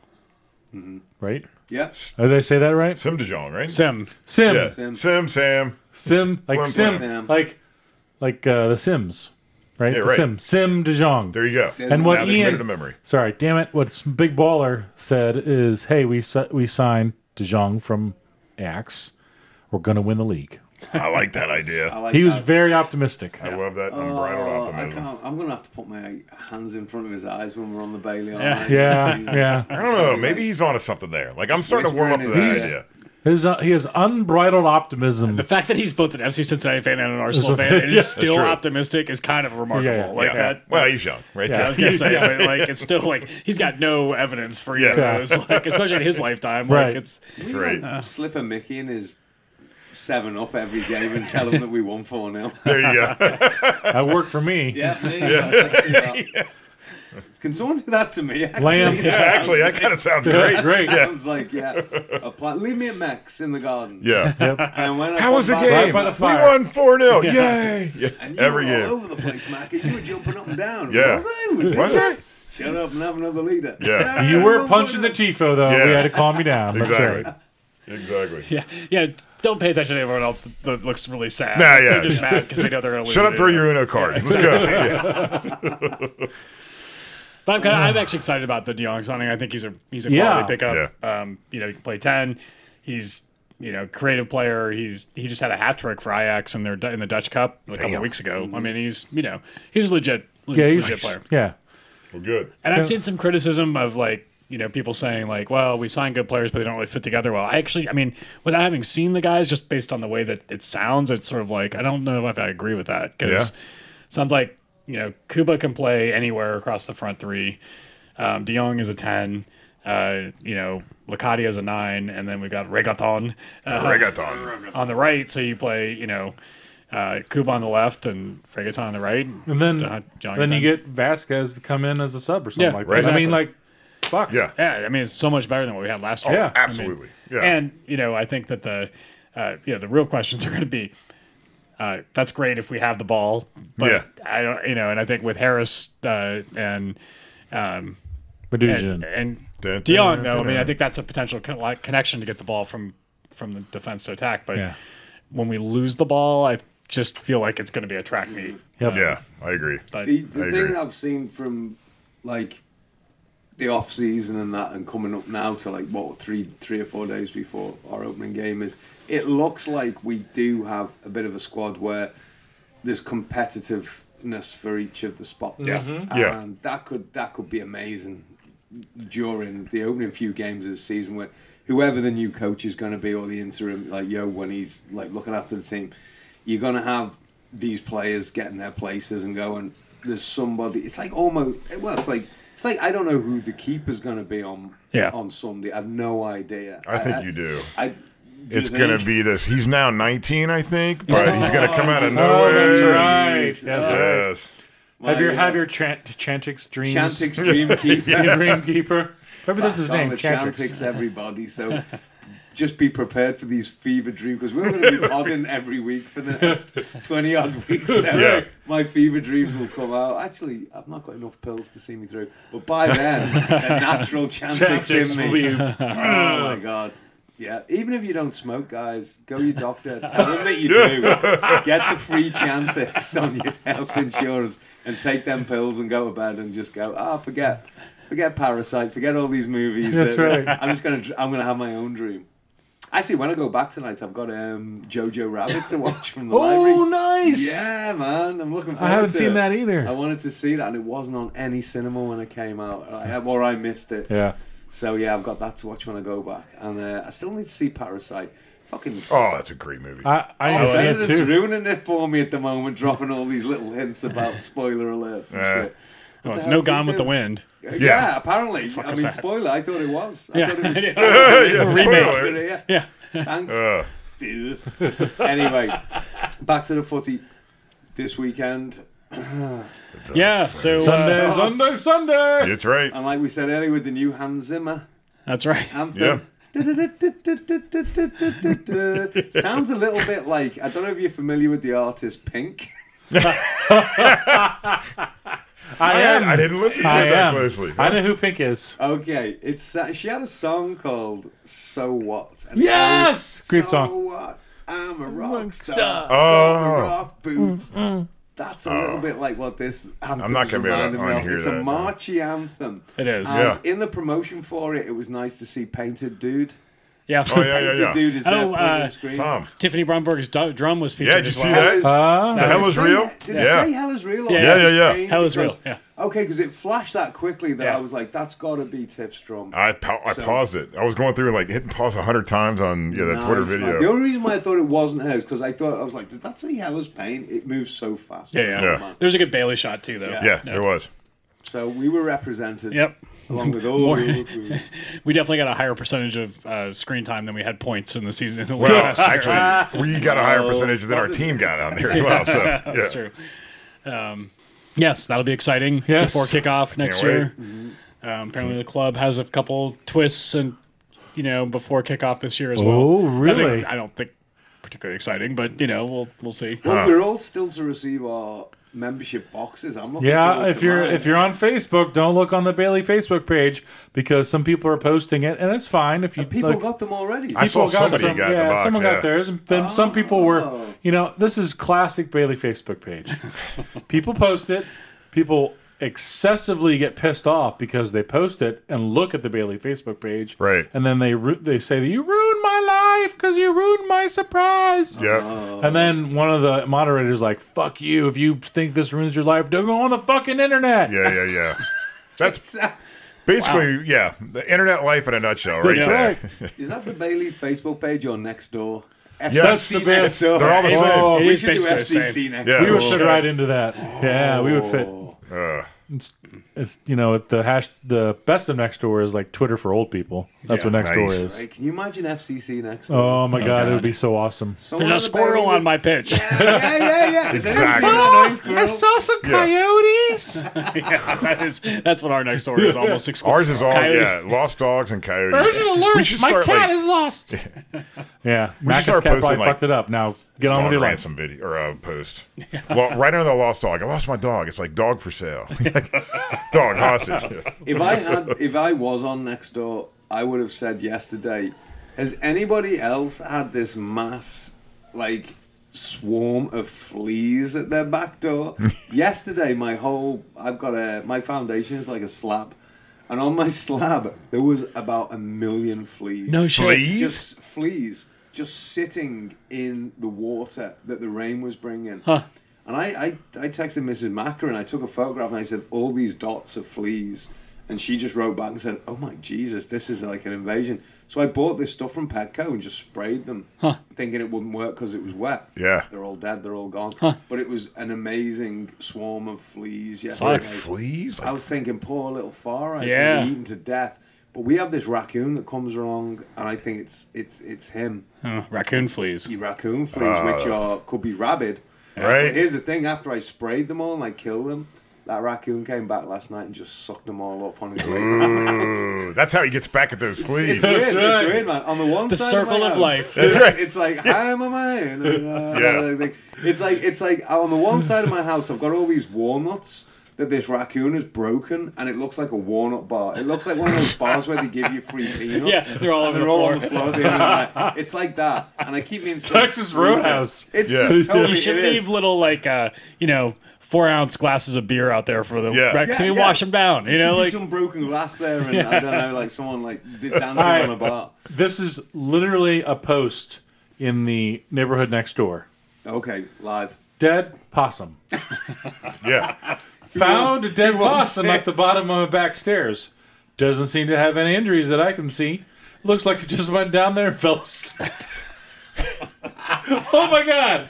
Speaker 3: Mm-hmm.
Speaker 2: right?
Speaker 4: Yeah,
Speaker 2: Did I say that right?
Speaker 3: Sim DeJong, right?
Speaker 1: Sim.
Speaker 2: Sim,
Speaker 3: yeah.
Speaker 4: Sim.
Speaker 3: Sim. Sim, Sam.
Speaker 2: Sim, like
Speaker 3: Flim
Speaker 2: Sim,
Speaker 4: flam.
Speaker 2: like like uh, the Sims, right?
Speaker 3: Yeah,
Speaker 2: the
Speaker 3: right.
Speaker 2: Sim, Sim DeJong.
Speaker 3: There you go.
Speaker 2: And
Speaker 3: Now
Speaker 2: what
Speaker 3: they committed
Speaker 2: Ian,
Speaker 3: to memory.
Speaker 2: sorry, damn it, what s- Big Baller said is, "Hey, we si- we signed DeJong from Axe. We're gonna win the league."
Speaker 3: I like that
Speaker 4: I
Speaker 3: idea.
Speaker 4: like
Speaker 2: He was
Speaker 4: that.
Speaker 2: very optimistic.
Speaker 3: I love that unbridled
Speaker 4: Oh, I
Speaker 3: optimism.
Speaker 4: can't. I'm gonna have to put my hands in front of his eyes when we're on the Bailey. aren't I?
Speaker 2: Yeah,
Speaker 4: He's-
Speaker 2: yeah.
Speaker 3: I don't know. Maybe he's onto something there. Like I'm starting to warm up to
Speaker 4: whispering
Speaker 3: that
Speaker 4: his-
Speaker 3: idea.
Speaker 2: His uh, he has unbridled optimism.
Speaker 1: The fact that he's both an FC Cincinnati fan and an Arsenal
Speaker 2: a-
Speaker 1: fan and is still
Speaker 3: true.
Speaker 1: optimistic is kind of remarkable.
Speaker 2: Yeah, yeah,
Speaker 1: like
Speaker 3: yeah.
Speaker 1: that.
Speaker 3: Well, he's young, right?
Speaker 1: I was gonna say,
Speaker 2: Yeah.
Speaker 1: but like it's still like he's got no evidence for either
Speaker 3: Yeah.
Speaker 1: of those, like especially in his lifetime.
Speaker 2: Right.
Speaker 1: Like it's
Speaker 4: We
Speaker 3: Right.
Speaker 4: don't slip a Mickey in his seven up every game and tell him that we won four 0
Speaker 3: There you go.
Speaker 2: that worked for me.
Speaker 4: Yeah, there you go. Let's do that. Can someone do that to me? Actually,
Speaker 2: Lamb.
Speaker 4: That
Speaker 3: yeah, actually, that kind of sounds great.
Speaker 2: Great.
Speaker 3: Yeah.
Speaker 4: sounds like yeah. A plan. Leave me a Max in the garden.
Speaker 3: Yeah.
Speaker 2: Yep.
Speaker 4: And when I
Speaker 3: How
Speaker 4: come
Speaker 3: was the
Speaker 4: back-
Speaker 3: game?
Speaker 2: Right by the
Speaker 3: we
Speaker 2: fire.
Speaker 3: won 4 0. Yay. Yeah.
Speaker 4: And you
Speaker 3: Every
Speaker 4: were all
Speaker 3: game.
Speaker 4: over the place, Mac. and You were jumping up and down.
Speaker 3: Yeah.
Speaker 4: What was I doing?
Speaker 3: Was it?
Speaker 4: Shut up and have another leader.
Speaker 3: Yeah.
Speaker 2: You were
Speaker 4: everyone
Speaker 2: punching the
Speaker 4: won.
Speaker 2: tifo though. We
Speaker 3: Yeah.
Speaker 2: had to calm you down. That's
Speaker 3: Exactly.
Speaker 2: right.
Speaker 3: Exactly.
Speaker 1: yeah, yeah. Don't pay attention to everyone else that, that looks really sad.
Speaker 3: Nah, yeah.
Speaker 1: They're just mad because they know they're gonna lose.
Speaker 3: Shut up,
Speaker 1: it
Speaker 3: throw
Speaker 1: anyway.
Speaker 3: your Uno card. Let's go. Yeah.
Speaker 1: But I'm kind of, I'm actually excited about the DeYoung signing. I think he's a he's a
Speaker 2: Yeah.
Speaker 1: quality pickup. Um, you know, he can play ten. He's you know creative player. He's he just had a hat trick for Ajax in their in the Dutch Cup a couple
Speaker 3: Damn.
Speaker 1: weeks ago. I mean, he's you know he's a legit,
Speaker 2: Yeah,
Speaker 1: legit,
Speaker 2: he's
Speaker 1: player.
Speaker 2: yeah.
Speaker 3: Well, good.
Speaker 1: And I've seen some criticism of like you know people saying like, well, we sign good players, but they don't really fit together well. I actually, I mean, without having seen the guys, just based on the way that it sounds, it's sort of like I don't know if I agree with that because
Speaker 3: Yeah.
Speaker 1: sounds like you know Kuba can play anywhere across the front three. Um, De Jong is a ten. Uh, you know, Lacati is a nine, and then we've got Regaton uh,
Speaker 3: Reggaeton.
Speaker 1: on the right. So you play, you know, uh, Kuba on the left and Regaton on the right.
Speaker 2: And then
Speaker 1: Uh, John
Speaker 2: then you
Speaker 1: Gunn.
Speaker 2: get Vasquez to come in as a sub or something
Speaker 1: Yeah,
Speaker 2: like
Speaker 1: right.
Speaker 2: that. I mean, like, fuck.
Speaker 3: Yeah.
Speaker 1: Yeah, I mean, it's so much better than what we had last year.
Speaker 2: Yeah.
Speaker 1: I mean,
Speaker 3: Oh, Absolutely. Yeah.
Speaker 1: And you know, I think that the uh, you know the real questions are going to be. Uh, that's great if we have the ball, but
Speaker 3: Yeah.
Speaker 1: I don't, you know, and I think with Harris uh, and um, and,
Speaker 2: Medusian.
Speaker 1: and
Speaker 3: Dun, dun,
Speaker 1: Dion, though, I
Speaker 3: dun.
Speaker 1: mean, I think that's a potential con- like, connection to get the ball from from the defense to attack. But
Speaker 2: Yeah.
Speaker 1: when we lose the ball, I just feel like it's going to be a track meet.
Speaker 2: Yep.
Speaker 3: Yeah, I agree.
Speaker 1: But
Speaker 4: The, the
Speaker 3: I
Speaker 4: thing
Speaker 3: agree.
Speaker 4: I've seen from like the off season and that, and coming up now to like what three, three or four days before our opening game is, it looks like we do have a bit of a squad where there's competitiveness for each of the spots. Yeah,
Speaker 3: Yeah.
Speaker 4: and that could that could be amazing during the opening few games of the season when whoever the new coach is going to be or the interim like yo when he's like looking after the team you're going to have these players getting their places and going there's somebody it's like almost well it's like it's like I don't know who the keeper's going to be on
Speaker 1: Yeah.
Speaker 4: on Sunday I've no idea
Speaker 3: I think you do.
Speaker 4: I, do you
Speaker 3: It's going
Speaker 4: think?
Speaker 3: to be this. He's now 19, I think, but he's going to come out of
Speaker 2: Oh,
Speaker 3: nowhere.
Speaker 2: that's right. That's right.
Speaker 3: Yes.
Speaker 2: Have your
Speaker 4: My,
Speaker 2: have
Speaker 4: uh,
Speaker 2: your Chant- Chantix dreams.
Speaker 4: Chantix dream keeper
Speaker 2: Your dream keeper. Remember that's his
Speaker 4: Tom
Speaker 2: name,
Speaker 4: the
Speaker 2: Chantix.
Speaker 4: Chantix, everybody. So just be prepared for these fever dreams because we're going to be podding every week for the next 20 odd weeks.
Speaker 3: Yeah.
Speaker 4: My fever dreams will come out. Actually, I've not got enough pills to see me through. But by then, the natural Chantix
Speaker 2: Chantix
Speaker 4: in
Speaker 2: will
Speaker 4: me.
Speaker 2: be
Speaker 4: Oh my God. Yeah, even if you don't smoke, guys, go to your doctor. Tell them that you do. Get the free Chantix on your health insurance and take them pills and go to bed and just go. Ah, forget, forget Parasite, forget all these movies.
Speaker 2: That's
Speaker 4: that-
Speaker 2: right.
Speaker 4: I'm just gonna, dr- I'm gonna have my own dream. Actually, when I go back tonight, I've got um, Jojo Rabbit to watch from the
Speaker 2: Oh,
Speaker 4: library.
Speaker 2: nice.
Speaker 4: Yeah, man, I'm looking. forward
Speaker 2: I haven't
Speaker 4: to
Speaker 2: seen
Speaker 4: it.
Speaker 2: that
Speaker 4: I
Speaker 2: either.
Speaker 4: wanted to see that, and it wasn't on any cinema when it came out, I, or I missed it.
Speaker 2: Yeah.
Speaker 4: So yeah, I've got that to watch when I go back, and uh, I still need to see Parasite. Fucking
Speaker 3: Oh, that's a great movie.
Speaker 2: I I need
Speaker 4: oh,
Speaker 2: to see it
Speaker 4: Resident's
Speaker 2: too.
Speaker 4: ruining it for me at the moment, dropping all these little hints about spoiler alerts and
Speaker 3: Yeah.
Speaker 4: shit.
Speaker 1: well, it's
Speaker 4: the
Speaker 1: no
Speaker 4: hell's he
Speaker 1: Gone with the
Speaker 4: doing?
Speaker 1: Wind.
Speaker 4: Yeah,
Speaker 3: Yeah.
Speaker 4: apparently. I
Speaker 1: was
Speaker 4: mean,
Speaker 1: that?
Speaker 4: spoiler. I thought it was. I
Speaker 1: Yeah.
Speaker 4: thought it was.
Speaker 1: Yeah.
Speaker 3: Yeah, spoiler.
Speaker 4: yeah.
Speaker 1: Yeah,
Speaker 4: Thanks.
Speaker 3: Uh,
Speaker 4: anyway, back to the footy this weekend.
Speaker 3: The
Speaker 1: Yeah,
Speaker 3: first-
Speaker 1: so uh,
Speaker 2: Sunday,
Speaker 4: Shots.
Speaker 2: Sunday, Sunday.
Speaker 3: That's right.
Speaker 4: And like we said earlier with the new Hans Zimmer
Speaker 1: that's right.
Speaker 3: Yeah.
Speaker 4: anthem. Sounds a little bit like I don't know if you're familiar with the artist Pink.
Speaker 2: I am.
Speaker 3: I, I didn't listen to
Speaker 2: I
Speaker 3: it that
Speaker 2: am.
Speaker 3: closely.
Speaker 2: I know who Pink is.
Speaker 4: Okay, it's uh, she had a song called "So What." And it
Speaker 2: Yes!
Speaker 4: goes,
Speaker 2: Great
Speaker 4: so
Speaker 2: song.
Speaker 4: what? I'm a rock star. got the
Speaker 3: oh,
Speaker 4: rock boots.
Speaker 1: Mm,
Speaker 4: That's a little bit like what this anthem
Speaker 3: I'm not gonna be able to unhear
Speaker 4: It's
Speaker 3: that,
Speaker 4: a
Speaker 3: no.
Speaker 4: marchy anthem.
Speaker 1: It is.
Speaker 4: And
Speaker 3: Yeah.
Speaker 4: in the promotion for it, it was nice to see Painted Dude.
Speaker 1: Yeah.
Speaker 3: oh yeah, yeah,
Speaker 4: Painted
Speaker 3: yeah.
Speaker 4: Dude is there
Speaker 1: Oh,
Speaker 4: playing
Speaker 1: uh,
Speaker 4: the screen.
Speaker 3: Tom,
Speaker 1: Tiffany Bromberg's du- drum was featured.
Speaker 3: yeah, did you
Speaker 1: as
Speaker 3: see
Speaker 1: well.
Speaker 4: Hell
Speaker 3: that?
Speaker 4: is-
Speaker 2: Uh,
Speaker 3: The hell is
Speaker 4: Say-
Speaker 3: real.
Speaker 4: Did I say
Speaker 3: Yeah,
Speaker 4: Hell is real? Or
Speaker 1: Yeah,
Speaker 3: yeah, yeah, yeah.
Speaker 4: Pain?
Speaker 1: Hell is real.
Speaker 4: Because-
Speaker 1: Yeah.
Speaker 4: Okay, because it flashed that quickly that
Speaker 1: Yeah.
Speaker 4: I was like, that's got to be Tiff's drum.
Speaker 3: I pa- I
Speaker 4: So-
Speaker 3: paused it. I was going through like hitting pause a hundred times on yeah that Twitter
Speaker 4: Nice, man. The
Speaker 3: video.
Speaker 4: only reason why I thought it wasn't hers because I thought I was like, did that say Hell is Pain? It moves so fast.
Speaker 1: Yeah, yeah.
Speaker 3: Yeah.
Speaker 4: Man.
Speaker 1: There's a good Bailey shot too, though.
Speaker 4: Yeah.
Speaker 3: Yeah, there was.
Speaker 4: So we were represented.
Speaker 1: Yep.
Speaker 4: Along with all
Speaker 1: More-
Speaker 4: the other crews.
Speaker 1: We definitely got a higher percentage of uh, screen time than we had points in the season. In the
Speaker 3: Well,
Speaker 1: last year.
Speaker 3: actually, we got a higher
Speaker 4: Oh.
Speaker 3: percentage than our team got on there as well. So yeah,
Speaker 1: that's true. Um, yes, that'll be exciting
Speaker 2: Yes.
Speaker 1: before kickoff next
Speaker 3: wait.
Speaker 1: year.
Speaker 4: Mm-hmm.
Speaker 1: Um, apparently, the club has a couple twists and you know before kickoff this year as well.
Speaker 2: Oh,
Speaker 1: Nothing-
Speaker 2: really?
Speaker 1: I don't think particularly exciting, but you know we'll we'll see.
Speaker 4: Well, we're all still to receive our membership boxes. I'm looking
Speaker 2: Yeah,
Speaker 4: forward
Speaker 2: if
Speaker 4: to
Speaker 2: you're
Speaker 4: mine.
Speaker 2: if you're on Facebook, don't look on the Bailey Facebook page because some people are posting it, and it's fine if you
Speaker 4: people
Speaker 2: look.
Speaker 4: got them already.
Speaker 3: I saw somebody got the
Speaker 2: yeah,
Speaker 3: box,
Speaker 2: someone
Speaker 3: yeah.
Speaker 2: got theirs. And then some people were,
Speaker 4: Oh.
Speaker 2: you know, this is classic Bailey Facebook page. people post it. People excessively get pissed off because they post it and look at the Bailey Facebook page,
Speaker 3: Right.
Speaker 2: And then they ru- they say that you ruined my life because you ruined my surprise.
Speaker 4: Uh-huh.
Speaker 3: yeah.
Speaker 2: And then one of the moderators like, "Fuck you! If you think this ruins your life, don't go on the fucking internet."
Speaker 3: Yeah, yeah, yeah. That's
Speaker 4: Is that-
Speaker 3: basically yeah, the internet life in a nutshell, right
Speaker 1: Yeah.
Speaker 3: there.
Speaker 4: is that the Bailey Facebook page or next door? FC
Speaker 3: That's the
Speaker 4: next
Speaker 3: best. They're all the
Speaker 4: Hey,
Speaker 3: same.
Speaker 2: Oh,
Speaker 1: It
Speaker 4: we
Speaker 1: is
Speaker 4: should do
Speaker 1: basically the
Speaker 4: FCC
Speaker 1: same.
Speaker 4: next
Speaker 3: Yeah.
Speaker 4: door.
Speaker 2: we would
Speaker 3: Cool.
Speaker 2: fit right into that. Yeah, we would fit.
Speaker 4: Oh.
Speaker 3: Ugh.
Speaker 2: It's, it's you know it- the hash the best of next door is like Twitter for old people. That's
Speaker 1: Yeah.
Speaker 2: what next door
Speaker 3: Nice.
Speaker 2: is.
Speaker 4: Hey, can you imagine FCC next door?
Speaker 2: Oh my god, it would be so awesome.
Speaker 4: Someone
Speaker 1: There's a
Speaker 4: at the
Speaker 1: squirrel
Speaker 4: Bailey
Speaker 1: on my pitch.
Speaker 4: was- Yeah, yeah, yeah. Is
Speaker 3: Exactly.
Speaker 4: that- is that a noise squirrel?
Speaker 2: some coyotes.
Speaker 1: yeah, that is that's what our next door is almost exclusive.
Speaker 3: Ours is all
Speaker 1: Coyote.
Speaker 3: yeah, lost dogs and coyotes. We should start like
Speaker 2: is lost. yeah, Mac's cat
Speaker 3: start
Speaker 2: probably
Speaker 3: posting, like, Oh,
Speaker 2: fucked it up. Now get on with
Speaker 3: dog
Speaker 2: your life.
Speaker 3: ransom video or uh, post. Lo- right under the lost dog. I lost my dog. It's like dog for sale. dog hostage.
Speaker 4: if I had, if I was on next door, I would have said yesterday. Has anybody else had this mass, like, swarm of fleas at their back door? yesterday, my whole, I've got a, my foundation is like a slab, and on my slab there was about a million fleas.
Speaker 1: No shit.
Speaker 3: Please.
Speaker 4: just fleas just sitting in the water that the rain was bringing. And I, I, I texted Mrs. Macker and I took a photograph and I said, all these dots of fleas. And she just wrote back and said, oh my Jesus, this is like an invasion. So I bought this stuff from Petco and just sprayed them, thinking it wouldn't work because it was wet.
Speaker 3: Yeah.
Speaker 4: They're all dead, they're all gone. But it was an amazing swarm of fleas yesterday.
Speaker 3: Like fleas.
Speaker 4: I
Speaker 3: Like,
Speaker 4: was thinking, poor little far eyes
Speaker 1: Yeah.
Speaker 4: gonna be eaten to death. But we have this raccoon that comes along, and I think it's it's it's him.
Speaker 1: Huh, uh, raccoon fleas.
Speaker 4: The raccoon fleas, which are could be rabid. But
Speaker 3: right?
Speaker 4: here's the thing: after I sprayed them all and I killed them, that raccoon came back last night and just sucked them all up on his way. back to the house.
Speaker 3: Ooh, that's how he gets back at those
Speaker 4: It's
Speaker 3: fleas.
Speaker 4: weird.
Speaker 2: That's
Speaker 4: It's
Speaker 2: right.
Speaker 4: weird, man. On the one
Speaker 1: The
Speaker 4: side,
Speaker 1: circle
Speaker 4: my
Speaker 1: of
Speaker 4: house,
Speaker 1: life.
Speaker 3: That's right.
Speaker 4: It's like I am a man.
Speaker 3: Yeah.
Speaker 4: yeah. It's uh, like it's like uh, on the one side of my house, I've got all these walnuts that this raccoon has broken, and it looks like a walnut bar. It looks like one of those bars where they give you free peanuts.
Speaker 1: Yeah, they're all
Speaker 4: and
Speaker 1: over
Speaker 4: they're
Speaker 1: the
Speaker 4: all
Speaker 1: floor.
Speaker 4: on the floor. at the end of the night. It's like that, and I keep meaning to-
Speaker 2: Texas Roadhouse.
Speaker 4: It's
Speaker 3: Yeah.
Speaker 4: just totally.
Speaker 1: You should
Speaker 4: it is.
Speaker 1: leave little like uh, you know four ounce glasses of beer out there for the
Speaker 3: Yeah.
Speaker 1: raccoons.
Speaker 4: Yeah,
Speaker 1: you
Speaker 4: yeah.
Speaker 1: wash them down.
Speaker 4: There
Speaker 1: You know,
Speaker 4: should be
Speaker 1: like
Speaker 4: some broken glass there, and I don't know, like someone like did dancing
Speaker 2: right.
Speaker 4: on a bar.
Speaker 2: This is literally a post in the neighborhood next door.
Speaker 4: Okay, live.
Speaker 2: Dead possum.
Speaker 3: Yeah.
Speaker 2: Found a dead
Speaker 4: wants
Speaker 2: possum
Speaker 4: it?
Speaker 2: at the bottom of my back stairs. Doesn't seem to have any injuries that I can see. Looks like it just went down there and fell asleep. oh my god!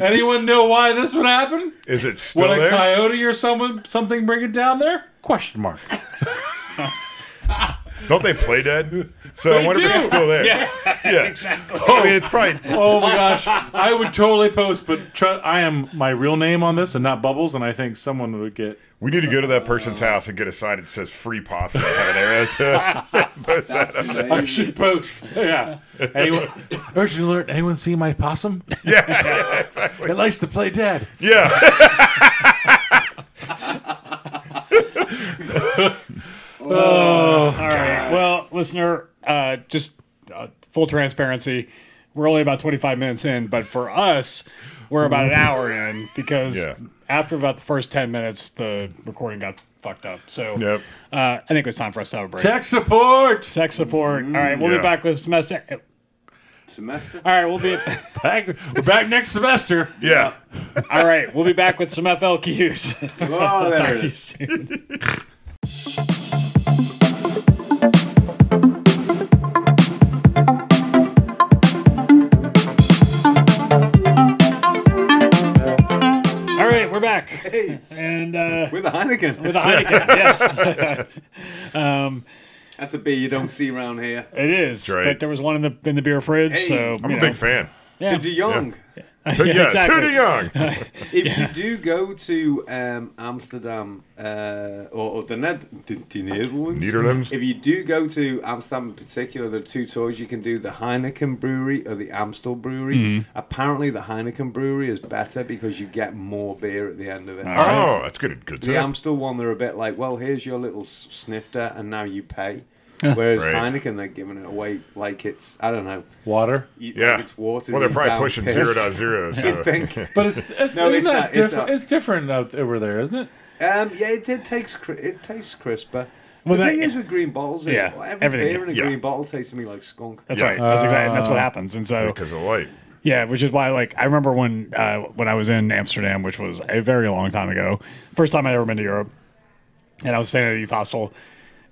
Speaker 2: Anyone know why this would happen?
Speaker 3: Is it still
Speaker 2: Would a
Speaker 3: there?
Speaker 2: coyote or someone something bring it down there? Question mark.
Speaker 3: Don't they play dead? So I wonder if it's
Speaker 2: do.
Speaker 3: still there.
Speaker 1: Yeah,
Speaker 3: Yeah.
Speaker 1: exactly.
Speaker 3: I mean, it's probably.
Speaker 2: Oh my gosh, I would totally post, but tr- I am my real name on this and not Bubbles, and I think someone would get.
Speaker 3: We need to go to that person's house and get a sign that says free pasta. Have an arrow to- Post that up.
Speaker 2: I
Speaker 4: amazing.
Speaker 2: should post. Yeah. Anyone, urgent alert! Anyone see my possum?
Speaker 3: yeah,
Speaker 2: It likes to play dead.
Speaker 3: yeah.
Speaker 1: All right. Well, listener, uh, just uh, full transparency, we're only about 25 minutes in, but for us, we're about an hour in because
Speaker 3: Yeah.
Speaker 1: after about the first 10 minutes, the recording got fucked up. So
Speaker 3: Yep.
Speaker 1: uh, I think it's time for us to have a break.
Speaker 2: Tech support.
Speaker 1: Tech support. All right, we'll
Speaker 3: Yeah.
Speaker 1: be back with semester. All
Speaker 4: Semester.
Speaker 1: right, we'll be.
Speaker 2: Back, we're back next semester.
Speaker 3: Yeah.
Speaker 1: All right, we'll be back with some FLQs.
Speaker 4: Oh, there
Speaker 1: Talk
Speaker 4: it
Speaker 1: to you
Speaker 4: is.
Speaker 1: soon. All right, we're back,
Speaker 4: Hey,
Speaker 1: and uh,
Speaker 4: with a Heineken.
Speaker 1: with a Heineken, yes,
Speaker 4: That's a beer you don't see around here.
Speaker 1: it is.
Speaker 3: That's right.
Speaker 1: But there was one in the in the beer fridge,
Speaker 4: Hey,
Speaker 1: so
Speaker 3: I'm
Speaker 1: you
Speaker 3: a
Speaker 1: know.
Speaker 3: big fan.
Speaker 1: Yeah.
Speaker 4: To De Jong.
Speaker 3: Yeah,
Speaker 1: exactly.
Speaker 3: Tony Young.
Speaker 4: If you do go to um, Amsterdam uh, or, or the, Ned- the, the Netherlands,
Speaker 3: Nederlands.
Speaker 4: if you do go to Amsterdam in particular, there are two tours you can do: the Heineken Brewery or the Amstel Brewery. Apparently, the Heineken Brewery is better because you get more beer at the end of it.
Speaker 3: Oh, that's good. Good
Speaker 4: The
Speaker 3: tip.
Speaker 4: Amstel one, they're a bit like, well, here's your little s- snifter, and now you pay. Whereas
Speaker 3: Right.
Speaker 4: Heineken, they're giving it away like it's I don't know,
Speaker 2: Water.
Speaker 4: you- like
Speaker 3: Yeah.
Speaker 4: it's water.
Speaker 3: Well, they're
Speaker 4: you
Speaker 3: probably
Speaker 4: down
Speaker 3: pushing
Speaker 4: piss.
Speaker 3: zero dot zero. So.
Speaker 4: I think.
Speaker 2: But it's it's,
Speaker 4: No,
Speaker 2: isn't
Speaker 4: it's
Speaker 2: that
Speaker 4: not- it's
Speaker 2: different.
Speaker 4: not.
Speaker 2: It's, different out over there, isn't it?
Speaker 4: Um, yeah, it, it takes cri- it tastes crisper.
Speaker 1: Well,
Speaker 4: the
Speaker 1: that-
Speaker 4: thing is with green bottles is
Speaker 1: Yeah,
Speaker 4: every
Speaker 1: everything,
Speaker 4: beer in a
Speaker 3: yeah.
Speaker 4: green bottle tastes to me like skunk.
Speaker 1: That's
Speaker 3: Yeah. Uh,
Speaker 1: right. That's exactly. That's what happens, and so
Speaker 3: Because of light.
Speaker 1: Yeah, which is why, like, I remember when uh, when I was in Amsterdam, which was a very long time ago, first time I'd ever been to Europe, and I was staying at a youth hostel,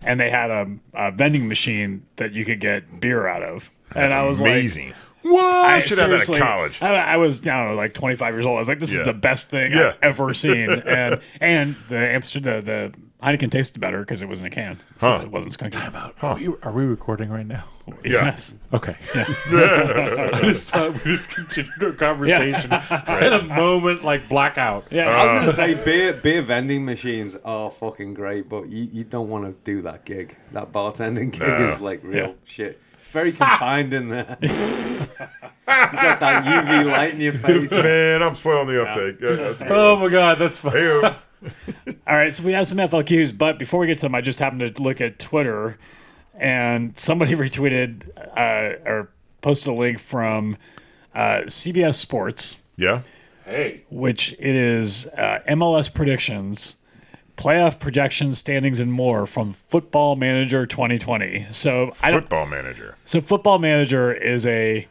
Speaker 1: and they had a, a vending machine that you could get beer out of, and
Speaker 3: That's
Speaker 1: I was like.
Speaker 3: amazing.
Speaker 1: I
Speaker 3: should have that at
Speaker 1: seriously-
Speaker 3: college.
Speaker 1: I, I was, I don't know, like 25 years old. I was like, this
Speaker 3: Yeah.
Speaker 1: is the best thing
Speaker 3: Yeah.
Speaker 1: I've ever seen. and and the Amsterdam, the, the Heineken tasted better because it was in a can. So
Speaker 3: Huh.
Speaker 1: it wasn't skunked. Time out.
Speaker 2: Are we, are we recording right now?
Speaker 1: Yes.
Speaker 2: Okay. I just thought we just continued our conversation in a moment like blackout.
Speaker 3: Uh,
Speaker 1: Yeah.
Speaker 4: I was gonna say beer beer vending machines are fucking great, but you, you don't want to do that gig. That bartending gig
Speaker 3: No.
Speaker 4: is like real
Speaker 1: Yeah.
Speaker 4: shit. It's very confined in there. you got that UV light in your face.
Speaker 3: Man, I'm slow on the uptake. Yeah, that's good.
Speaker 2: Oh my god, that's fun.
Speaker 3: Hey-o.
Speaker 1: All right, so we have some FLQs, but before we get to them, I just happened to look at Twitter, and somebody retweeted uh, or posted a link from uh, CBS Sports,
Speaker 3: Yeah.
Speaker 2: Hey.
Speaker 1: which it is uh, MLS predictions, playoff projections, standings, and more from Football Manager 2020. So I don't,
Speaker 3: Football manager.
Speaker 1: so Football Manager is a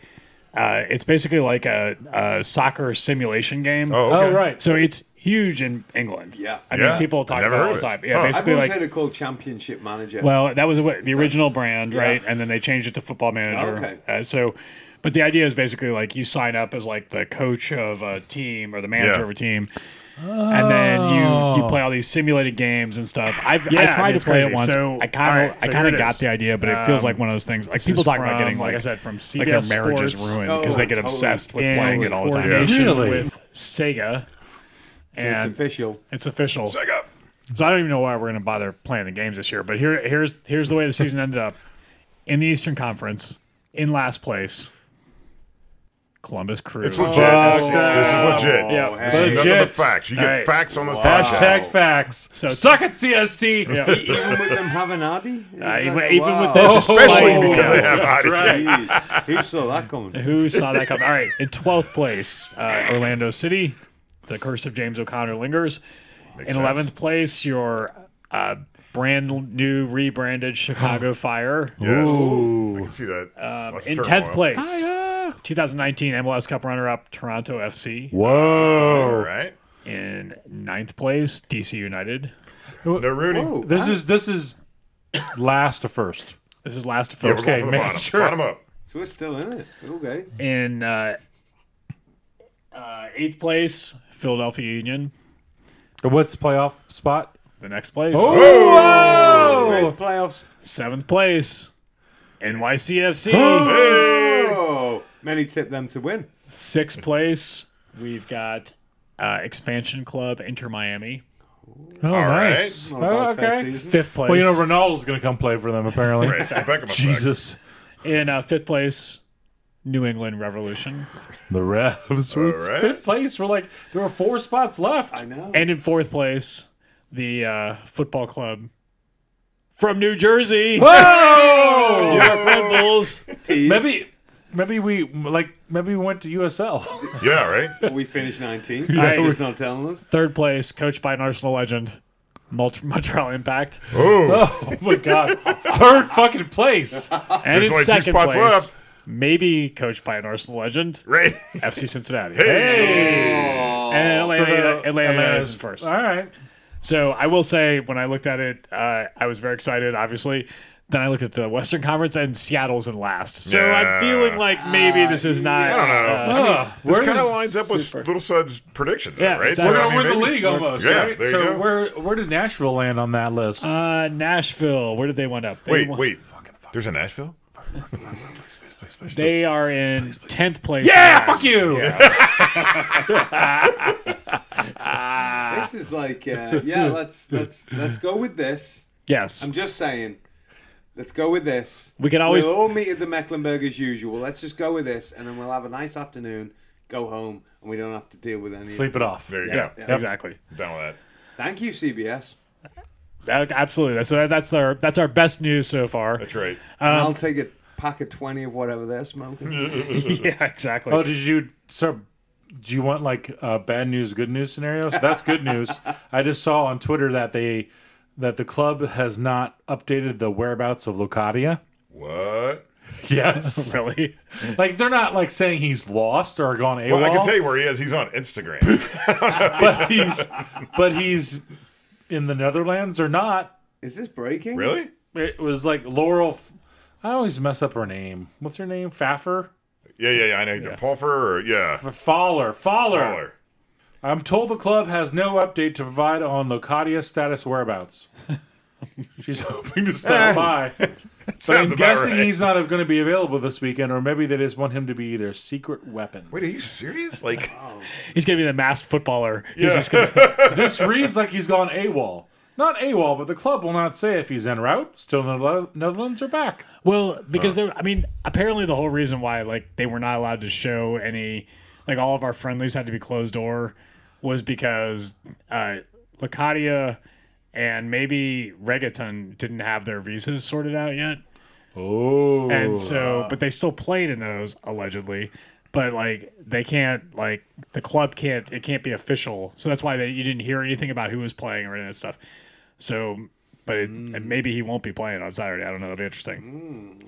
Speaker 1: uh, it's basically like a, a soccer simulation game.
Speaker 3: Oh,
Speaker 2: Oh
Speaker 3: okay.
Speaker 2: right.
Speaker 1: So it's huge in England.
Speaker 4: Yeah.
Speaker 1: I mean,
Speaker 3: Yeah.
Speaker 1: people talk about
Speaker 3: Never
Speaker 1: it all
Speaker 3: heard
Speaker 1: the
Speaker 3: of it.
Speaker 1: time. Yeah,
Speaker 3: Huh.
Speaker 4: I've
Speaker 1: basically
Speaker 4: always
Speaker 1: like
Speaker 4: had it called championship manager.
Speaker 1: well, that was what the original brand, right? And then they changed it to Football Manager.
Speaker 4: Okay.
Speaker 1: Uh, so, but the idea is basically like you sign up as like the coach of a team or the manager
Speaker 3: Yeah.
Speaker 1: of a team, and then you you play all these simulated games and stuff. I've
Speaker 2: Yeah,
Speaker 1: I tried
Speaker 2: it's
Speaker 1: to play
Speaker 2: crazy.
Speaker 1: it once.
Speaker 2: So-
Speaker 1: I kind of
Speaker 2: alright, so
Speaker 1: I kind
Speaker 2: here it
Speaker 1: of got
Speaker 2: is.
Speaker 1: the idea, but it feels like one of those things. Like people
Speaker 2: is
Speaker 1: talk about
Speaker 2: from,
Speaker 1: getting
Speaker 2: like
Speaker 1: like,
Speaker 2: I said, from
Speaker 1: like their
Speaker 2: CBS
Speaker 1: marriage is
Speaker 2: Sports.
Speaker 1: ruined because
Speaker 4: Oh,
Speaker 1: they get
Speaker 4: totally.
Speaker 1: obsessed with
Speaker 2: In
Speaker 1: playing it all the time.
Speaker 2: coordination Yeah. Really?
Speaker 1: with Sega,
Speaker 4: it's
Speaker 1: and
Speaker 4: official.
Speaker 1: it's official.
Speaker 3: Back up.
Speaker 1: So I don't even know why we're going to bother playing the games this year. But here, here's here's the way the season ended up in the Eastern Conference, in last place, Columbus Crew.
Speaker 3: It's legit. this is
Speaker 2: that.
Speaker 3: legit.
Speaker 1: Yeah.
Speaker 3: This is
Speaker 2: Legit.
Speaker 3: nothing but facts. You get
Speaker 1: Hey.
Speaker 3: facts on this
Speaker 2: Hashtag
Speaker 3: podcast.
Speaker 2: facts.
Speaker 1: So-
Speaker 2: Suck it, CST.
Speaker 1: Yeah.
Speaker 4: Even with them having Adi,
Speaker 1: Uh, even even with
Speaker 2: Oh,
Speaker 1: this,
Speaker 3: Especially
Speaker 1: like,
Speaker 3: because they
Speaker 1: yeah.
Speaker 3: have
Speaker 2: That's
Speaker 3: Adi.
Speaker 2: right.
Speaker 4: Jeez, who saw that coming?
Speaker 1: who saw that coming? All right, in twelfth place, uh, Orlando City. The curse of James O'Connor lingers. in
Speaker 3: sense.
Speaker 1: eleventh place, your uh, brand new rebranded Chicago Fire.
Speaker 3: Yes. I can see that. Lots of
Speaker 1: In
Speaker 3: turmoil.
Speaker 1: tenth place, 2019 MLS Cup runner-up Toronto FC.
Speaker 3: All
Speaker 2: Whoa.
Speaker 3: right.
Speaker 1: in ninth place, DC United.
Speaker 3: No Rooney.
Speaker 4: Oh,
Speaker 2: This is this is last to first.
Speaker 1: This is last of
Speaker 3: Yeah, we're
Speaker 1: folks.
Speaker 3: going for the
Speaker 2: make
Speaker 3: bottom.
Speaker 2: sure.
Speaker 3: Bottom up.
Speaker 4: so we're still in it. Okay.
Speaker 1: In uh, uh, eighth place, Philadelphia Union.
Speaker 2: What's the playoff spot?
Speaker 1: The next place,
Speaker 2: Oh,
Speaker 4: Great playoffs.
Speaker 1: seventh place, NYCFC,
Speaker 4: Oh, many tip them to win.
Speaker 1: sixth place. We've got uh, expansion club Inter Miami,
Speaker 2: Oh,
Speaker 3: right.
Speaker 2: nice.
Speaker 4: Not a bad
Speaker 2: Oh,
Speaker 4: first
Speaker 2: okay.
Speaker 4: season.
Speaker 1: fifth place.
Speaker 2: Well, you know, Ronaldo's going to come play for them, apparently.
Speaker 3: Right, it's the Beckham effect.
Speaker 2: Jesus.
Speaker 1: in uh, fifth place, New England Revolution,
Speaker 2: The Revs was
Speaker 3: right.
Speaker 2: fifth place. We're like, there were four spots left.
Speaker 4: I know.
Speaker 1: and in fourth place, the uh, football club from New Jersey,
Speaker 2: Whoa!
Speaker 1: Red Bulls.
Speaker 4: Tease.
Speaker 2: Oh! Maybe, maybe we like maybe we went to USL.
Speaker 3: Yeah, right?
Speaker 4: we finished 19.
Speaker 1: Yeah.
Speaker 4: She's not telling us.
Speaker 1: Third place, coached by an Arsenal legend, Mont- Montreal Impact.
Speaker 3: Oh,
Speaker 2: oh my god! Third fucking place.
Speaker 1: And
Speaker 3: There's
Speaker 1: in
Speaker 3: only two
Speaker 1: second
Speaker 3: spots
Speaker 1: place,
Speaker 3: left.
Speaker 1: maybe coached by an Arsenal legend,
Speaker 3: right.
Speaker 1: FC Cincinnati.
Speaker 2: Hey,
Speaker 1: And Atlanta,
Speaker 2: So the-
Speaker 1: Atlanta, United
Speaker 2: Atlanta's-
Speaker 1: is first.
Speaker 2: All right.
Speaker 1: So I will say, when I looked at it, uh, I was very excited, obviously. Then I looked at the Western Conference, and Seattle's in last. So
Speaker 3: Yeah.
Speaker 1: I'm feeling like maybe this is not.
Speaker 3: I don't know.
Speaker 1: uh,
Speaker 3: I mean,
Speaker 2: Ugh,
Speaker 3: this
Speaker 2: where
Speaker 3: kind of
Speaker 2: does-
Speaker 3: lines up
Speaker 4: super.
Speaker 3: with Little Sud's predictions,
Speaker 1: Yeah,
Speaker 3: right?
Speaker 1: exactly.
Speaker 2: We're
Speaker 1: I
Speaker 2: gonna
Speaker 1: mean,
Speaker 2: win the
Speaker 3: maybe-
Speaker 2: league almost,
Speaker 3: yeah,
Speaker 2: right?
Speaker 3: there you
Speaker 2: so
Speaker 3: go.
Speaker 2: where where did Nashville land on that list?
Speaker 1: Uh, Nashville. Where did they wind up? They
Speaker 3: Wait,
Speaker 1: won-
Speaker 3: wait. There's a Nashville?
Speaker 1: They are in tenth place.
Speaker 2: yeah,
Speaker 1: last.
Speaker 2: fuck you.
Speaker 4: This is like, uh, yeah, let's let's let's go with this.
Speaker 1: Yes,
Speaker 4: I'm just saying, let's go with this.
Speaker 1: we can always.
Speaker 4: we'll all meet at the Mecklenburg as usual. Let's just go with this, and then we'll have a nice afternoon, go home, and we don't have to deal with any.
Speaker 2: Sleep it off.
Speaker 3: There you
Speaker 1: Yeah,
Speaker 3: go.
Speaker 1: exactly.
Speaker 3: Down with that.
Speaker 4: Thank you, CBS.
Speaker 1: That- absolutely. So that's our that's our best news so far.
Speaker 3: That's right.
Speaker 4: And I'll take a pack of twenty of whatever they're smoking.
Speaker 1: yeah, exactly.
Speaker 2: Oh, did you so? Do you want like uh, bad news, good news scenarios? That's good news. I just saw on Twitter that they that the club has not updated the whereabouts of Locadia.
Speaker 3: What?
Speaker 2: Yes,
Speaker 1: really?
Speaker 2: like they're not like saying he's lost or gone AWOL.
Speaker 3: Well, I can tell you where he is. He's on Instagram.
Speaker 2: but he's but he's in the Netherlands or not.
Speaker 4: Is this breaking?
Speaker 3: really?
Speaker 2: It was like Laurel. F- I always mess up her name. What's her name? Faffer,
Speaker 3: Yeah, yeah, yeah. I know. Yeah. Pulfer or, yeah.
Speaker 2: F- Fowler, Fowler.
Speaker 3: Fowler.
Speaker 2: I'm told the club has no update to provide on Locatia's status whereabouts. She's hoping to stop by.
Speaker 3: Sounds
Speaker 2: I'm
Speaker 3: about
Speaker 2: guessing
Speaker 3: Eh, right.
Speaker 2: he's not going to be available this weekend, or maybe they just want him to be their secret weapon.
Speaker 3: Wait, are you serious? Like,
Speaker 1: He's gonna be the masked footballer. He's
Speaker 3: Yeah.
Speaker 1: just gonna
Speaker 2: This reads like he's gone AWOL. Not AWOL, but the club will not say if he's en route, still in the Le- Netherlands, or back.
Speaker 1: Well, because there, I mean, apparently the whole reason why like they were not allowed to show any, like all of our friendlies had to be closed door, was because uh, Lacadia and maybe Reggaeton didn't have their visas sorted out yet,
Speaker 2: Oh.
Speaker 1: and so but they still played in those allegedly, but like they can't like the club can't it can't be official, so that's why they you didn't hear anything about who was playing or any of that stuff, so. But it,
Speaker 4: Mm.
Speaker 1: and maybe he won't be playing on Saturday. I don't know. That'll be interesting.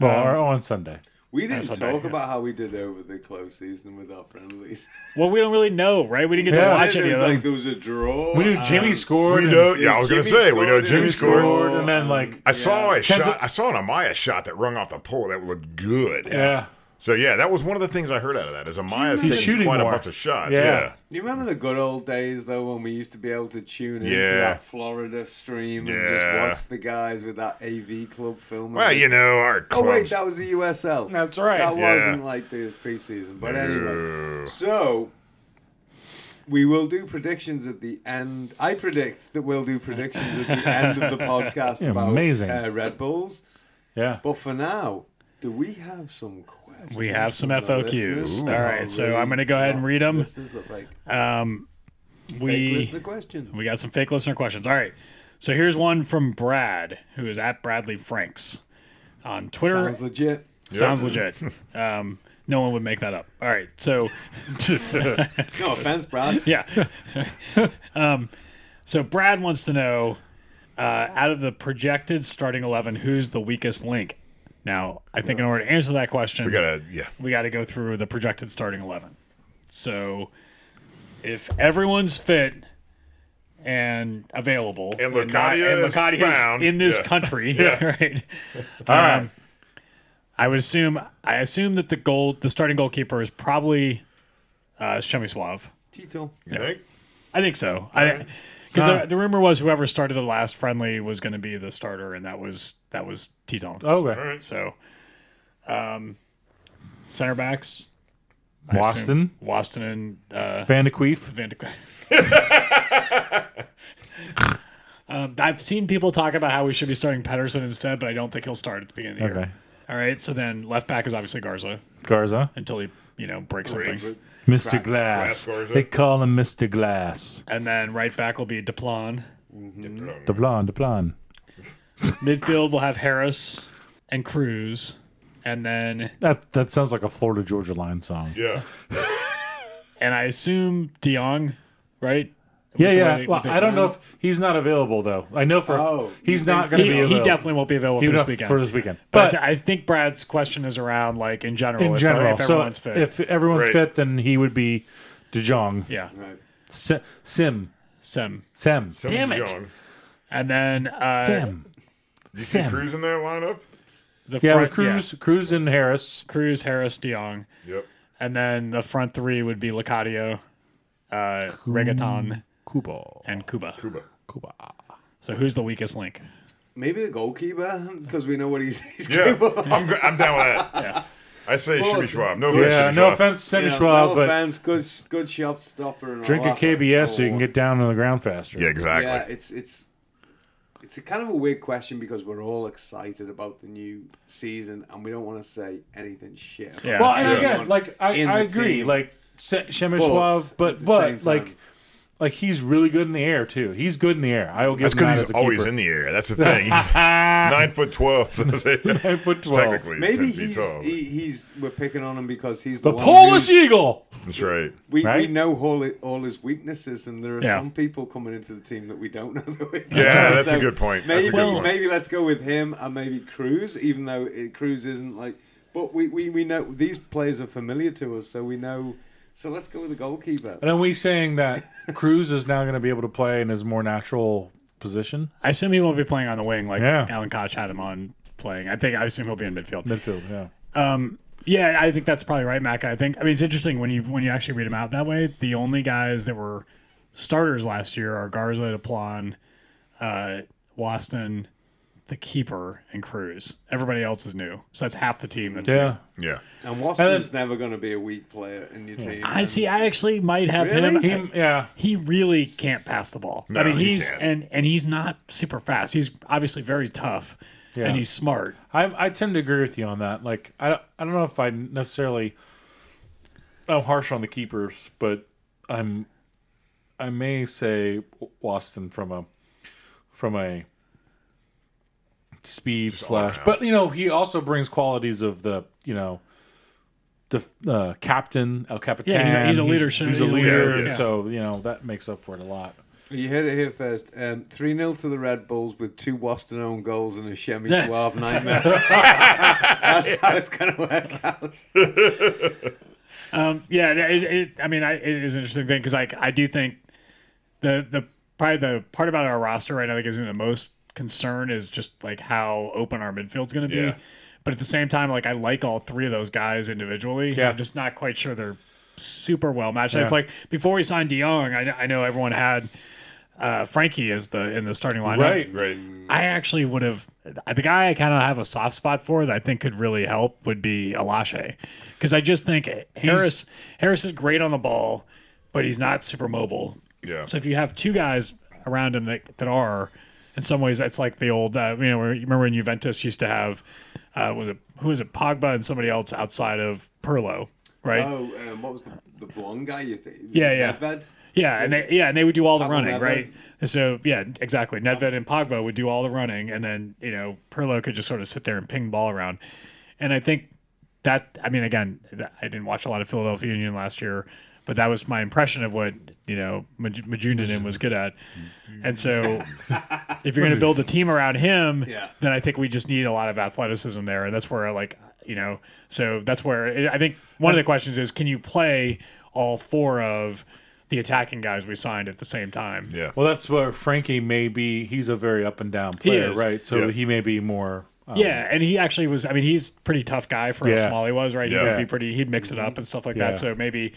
Speaker 2: well, or on Sunday.
Speaker 4: We didn't
Speaker 1: That's okay,
Speaker 4: talk
Speaker 1: yeah.
Speaker 4: about how we did over the close season with our friendlies.
Speaker 1: Well, we don't really know, right? We didn't get
Speaker 2: Yeah.
Speaker 1: to watch
Speaker 4: it
Speaker 1: any
Speaker 4: was
Speaker 1: of them.
Speaker 4: like there was a draw. um,
Speaker 2: We knew
Speaker 4: and-
Speaker 2: Jimmy scored.
Speaker 3: Oh, uh, we
Speaker 2: and
Speaker 3: know. Yeah, I was going to
Speaker 4: Jimmy
Speaker 3: say, we know
Speaker 4: scored,
Speaker 3: Jimmy
Speaker 4: Jimmy
Speaker 3: scored.
Speaker 4: scored.
Speaker 2: scored, and then, like,
Speaker 3: I saw a
Speaker 2: Can
Speaker 3: shot.
Speaker 2: the-
Speaker 3: I saw an Amaya shot that rung off the pole that looked good.
Speaker 2: yeah.
Speaker 3: So yeah, that was one of the things I heard out of that is Amaya's
Speaker 2: He's
Speaker 3: taking
Speaker 2: shooting
Speaker 3: quite
Speaker 2: more.
Speaker 3: a bunch of shots.
Speaker 2: Yeah.
Speaker 3: Yeah.
Speaker 4: You remember the good old days though when we used to be able to tune into
Speaker 3: Yeah.
Speaker 4: that Florida stream and
Speaker 3: Yeah.
Speaker 4: just watch the guys with that AV club film.
Speaker 3: Well, you know our
Speaker 4: Oh
Speaker 3: clubs.
Speaker 4: wait, that was the USL.
Speaker 2: That's right.
Speaker 4: That
Speaker 3: Yeah.
Speaker 4: wasn't like the preseason, but anyway. So we will do predictions at the end. I predict that we'll do predictions at the end of the podcast about
Speaker 2: Amazing.
Speaker 4: Uh, Red Bulls.
Speaker 2: Yeah.
Speaker 4: But for now, do we have some questions?
Speaker 1: we have some
Speaker 4: from the
Speaker 1: FOQs.
Speaker 4: listeners?
Speaker 1: All right, so
Speaker 4: really?
Speaker 1: I'm going to go ahead and read them.
Speaker 4: Listeners look like
Speaker 1: Um,
Speaker 4: fake
Speaker 1: we
Speaker 4: listener questions.
Speaker 1: we got some fake listener questions. All right, so here's one from Brad, who is at Bradley Franks on Twitter.
Speaker 4: Sounds legit.
Speaker 1: Sounds legit. Um, no one would make that up. All right, so
Speaker 4: No offense, Brad.
Speaker 1: yeah. um, so Brad wants to know, uh, out of the projected starting eleven, who's the weakest link? Now, I think in order to answer that question,
Speaker 3: We gotta. Yeah.
Speaker 1: we got to go through the projected starting 11. So if everyone's fit and available
Speaker 3: And
Speaker 1: not-
Speaker 3: Locadia
Speaker 1: and
Speaker 3: is
Speaker 1: Locadia is
Speaker 3: found.
Speaker 1: in this
Speaker 3: Yeah.
Speaker 1: country, right? Um,
Speaker 2: All right.
Speaker 1: I would assume I assume that the goal the starting goalkeeper is probably uh Shemi Suave.
Speaker 4: Tito.
Speaker 3: You think?
Speaker 1: I think so. I Because
Speaker 2: Ah.
Speaker 1: the, the rumor was whoever started the last friendly was going to be the starter, and that was that was Teton.
Speaker 2: Okay.
Speaker 1: So, um, center backs. I
Speaker 2: Waston,
Speaker 1: assume- Waston and uh,
Speaker 2: Van de Queef.
Speaker 1: Van de um, I've seen people talk about how we should be starting Pedersen instead, but I don't think he'll start at the beginning of the
Speaker 2: Okay.
Speaker 1: year. All right. So then left back is obviously Garza
Speaker 2: Garza.
Speaker 1: until he you know breaks something,
Speaker 2: Mr.
Speaker 3: Glass
Speaker 2: Glass.
Speaker 3: Garza.
Speaker 2: They call him Mr. Glass.
Speaker 1: and then right back will be Deplan. Mm.
Speaker 2: The blonde, the blonde.
Speaker 1: Midfield will have Harris and Cruz, and then
Speaker 2: That that sounds like a Florida Georgia Line song.
Speaker 3: Yeah.
Speaker 1: and I assume De Jong, right?
Speaker 2: Yeah,
Speaker 1: With the
Speaker 2: yeah.
Speaker 1: way-
Speaker 2: Well,
Speaker 1: with the-
Speaker 2: I don't know if he's not available though. I know for
Speaker 4: Oh,
Speaker 2: he's
Speaker 4: you
Speaker 2: not
Speaker 4: think-
Speaker 2: going to
Speaker 1: he,
Speaker 2: be
Speaker 1: he
Speaker 2: available.
Speaker 1: definitely won't be available
Speaker 2: He
Speaker 1: for
Speaker 2: would
Speaker 1: this
Speaker 2: have-
Speaker 1: weekend.
Speaker 2: for this weekend.
Speaker 1: but I,
Speaker 2: But
Speaker 1: th- I think Brad's question is around like in general.
Speaker 2: in
Speaker 1: if,
Speaker 2: general,
Speaker 1: if
Speaker 2: so
Speaker 1: everyone's fit,
Speaker 2: if everyone's
Speaker 3: Right.
Speaker 2: fit, then he would be De Jong,
Speaker 1: yeah,
Speaker 4: Right.
Speaker 2: Si- Sim,
Speaker 1: Sim,
Speaker 2: Sam,
Speaker 1: Damn it.
Speaker 3: Young.
Speaker 1: and then uh,
Speaker 2: Sam.
Speaker 3: You see
Speaker 2: Sam.
Speaker 3: Cruz in that lineup?
Speaker 1: the
Speaker 2: Yeah,
Speaker 1: front,
Speaker 2: with Cruz, Cruz and Harris.
Speaker 1: yeah, Cruz, Harris, De Jong,
Speaker 3: Yep.
Speaker 1: and then the front three would be Licadio, uh, Reggaeton,
Speaker 2: Kubo,
Speaker 1: and Cuba.
Speaker 3: Cuba.
Speaker 2: Kuba.
Speaker 1: So who's the weakest link?
Speaker 4: Maybe the goalkeeper because we know what he's, he's
Speaker 3: Yeah.
Speaker 4: capable. of.
Speaker 3: I'm, go- I'm down with that. I say
Speaker 4: Well,
Speaker 3: Shibby
Speaker 4: it's-
Speaker 3: Schwab. No offense,
Speaker 2: Yeah,
Speaker 3: Shibby
Speaker 2: no
Speaker 3: Schwab.
Speaker 2: offense, to Sammy
Speaker 4: You know,
Speaker 2: Schwab,
Speaker 4: no
Speaker 2: but
Speaker 4: offense, good good shot stopper. And all
Speaker 2: drink a
Speaker 4: that, but
Speaker 2: KBS so you can
Speaker 4: sure.
Speaker 2: get down on the ground faster.
Speaker 3: Yeah, exactly.
Speaker 4: Yeah, it's it's it's a kind of a weird question because we're all excited about the new season and we don't want to say anything shit. about
Speaker 1: Yeah.
Speaker 2: Well, and
Speaker 4: everyone
Speaker 2: again, like I,
Speaker 4: in
Speaker 2: I
Speaker 4: the
Speaker 2: agree,
Speaker 4: team.
Speaker 2: like Se- Shemesh
Speaker 4: But
Speaker 2: Suave,
Speaker 4: at
Speaker 2: but
Speaker 4: the same
Speaker 2: but
Speaker 4: time-
Speaker 2: like like he's really good in the air too. He's good in the air. I will give
Speaker 3: That's
Speaker 2: him that
Speaker 3: because
Speaker 2: as
Speaker 3: he's
Speaker 2: a
Speaker 3: always
Speaker 2: keeper.
Speaker 3: in the air. That's the thing. He's
Speaker 2: Ah,
Speaker 3: nine foot twelve. So nine
Speaker 2: foot 12.
Speaker 3: Technically,
Speaker 4: maybe
Speaker 3: 10 feet
Speaker 4: he's
Speaker 3: tall.
Speaker 4: he, he's we're picking on him because he's the,
Speaker 2: the
Speaker 4: one
Speaker 2: Polish
Speaker 4: who-
Speaker 2: Eagle.
Speaker 3: That's right.
Speaker 4: we, we
Speaker 2: right?
Speaker 4: know all his, all his weaknesses and there are
Speaker 1: Yeah.
Speaker 4: some people coming into the team that we don't know their
Speaker 3: Yeah,
Speaker 4: weaknesses.
Speaker 3: that's
Speaker 4: So
Speaker 3: a good point. That's
Speaker 4: Maybe
Speaker 3: a good point.
Speaker 4: maybe let's go with him and maybe Cruz, even though it, Cruz isn't like. But we, we, we know these players are familiar to us, so we know. So let's go with the goalkeeper.
Speaker 2: And then we saying that Cruz is now going to be able to play in his more natural position,
Speaker 1: I assume he won't be playing on the wing like
Speaker 2: Yeah.
Speaker 1: Alan Koch had him on playing. I think I assume he'll be in midfield.
Speaker 2: midfield. Yeah,
Speaker 1: Um, yeah, I think that's probably right, Mac. I think I mean it's interesting when you when you actually read them out that way. The only guys that were starters last year are Garza, Deplan, uh, Waston, the keeper, and Cruz. Everybody else is new, so that's half the team. That's new.
Speaker 2: yeah.
Speaker 3: Yeah.
Speaker 4: And Waston's never going to be a weak player in your team.
Speaker 1: I see. I actually might have
Speaker 4: Really?
Speaker 1: him.
Speaker 2: He, yeah,
Speaker 1: He really can't pass the ball. I
Speaker 3: No,
Speaker 1: mean,
Speaker 3: he
Speaker 1: he's
Speaker 3: can't.
Speaker 1: and and he's not super fast. He's obviously very tough,
Speaker 2: Yeah.
Speaker 1: and he's smart.
Speaker 2: I, I tend to agree with you on that. Like I, don't- I don't know if I necessarily I'm harsh on the keepers, but I'm I may say Waston from a from a speed slash,
Speaker 3: around.
Speaker 2: but you know he also brings qualities of the you know the uh, captain El Capitan.
Speaker 1: he's a leader, so
Speaker 2: He's, a
Speaker 1: he's a
Speaker 2: leader,
Speaker 3: leader, yeah.
Speaker 2: so you know that makes up for it a lot.
Speaker 4: You heard it here first. Um, 3 0 to the Red Bulls with two Waston own goals and a Shemi
Speaker 1: Yeah.
Speaker 4: Suave nightmare. That's how it's going to work out.
Speaker 1: Um, yeah, it, it, I mean, I, it is an interesting thing because like I do think the the probably the part about our roster right now that gives me the most concern is just like how open our midfield's going to be.
Speaker 3: Yeah.
Speaker 1: But at the same time, like I like all three of those guys individually.
Speaker 2: Yeah.
Speaker 1: I'm just not quite sure they're super well matched.
Speaker 2: Yeah.
Speaker 1: It's like before we signed De Jong, I, I know everyone had uh, Frankie as the in the starting lineup.
Speaker 2: Right.
Speaker 3: Right.
Speaker 1: I actually would have the guy I kind of have a soft spot for that I think could really help would be Alache because I just think Harris Harris is great on the ball, but he's not super mobile.
Speaker 3: Yeah.
Speaker 1: So if you have two guys around him that, that are, in some ways, that's like the old uh, you know where- you remember when Juventus used to have uh, was it who was it Pogba and somebody else outside of Perlo, right?
Speaker 4: Oh, um, what was the, the blonde guy? You think?
Speaker 1: Yeah, yeah.
Speaker 4: Nedved?
Speaker 1: Yeah, and they yeah, and they would do all the
Speaker 4: Pablo
Speaker 1: running,
Speaker 4: Nedved.
Speaker 1: right? And so yeah, exactly. Nedved and Pogba would do all the running, and then you know Perlo could just sort of sit there and ping ball around. And I think that I mean, again, th- I didn't watch a lot of Philadelphia Union last year, but that was my impression of what you know Maj- Majundanin was good at. And so, if you're going to build a team around him,
Speaker 4: Yeah.
Speaker 1: then I think we just need a lot of athleticism there, and that's where like you know, so that's where it, I think one of the questions is, can you play all four of the attacking guys we signed at the same time?
Speaker 3: Yeah.
Speaker 2: Well, that's where Frankie may be. He's a very up and down player,
Speaker 1: is.
Speaker 2: right? So
Speaker 3: Yeah.
Speaker 2: he may be more. Um,
Speaker 1: Yeah, and he actually was. I mean, he's pretty tough guy for
Speaker 2: Yeah.
Speaker 1: how small he was, right?
Speaker 3: Yeah.
Speaker 1: He would be pretty. He'd mix it up and stuff like
Speaker 2: Yeah.
Speaker 1: that. So maybe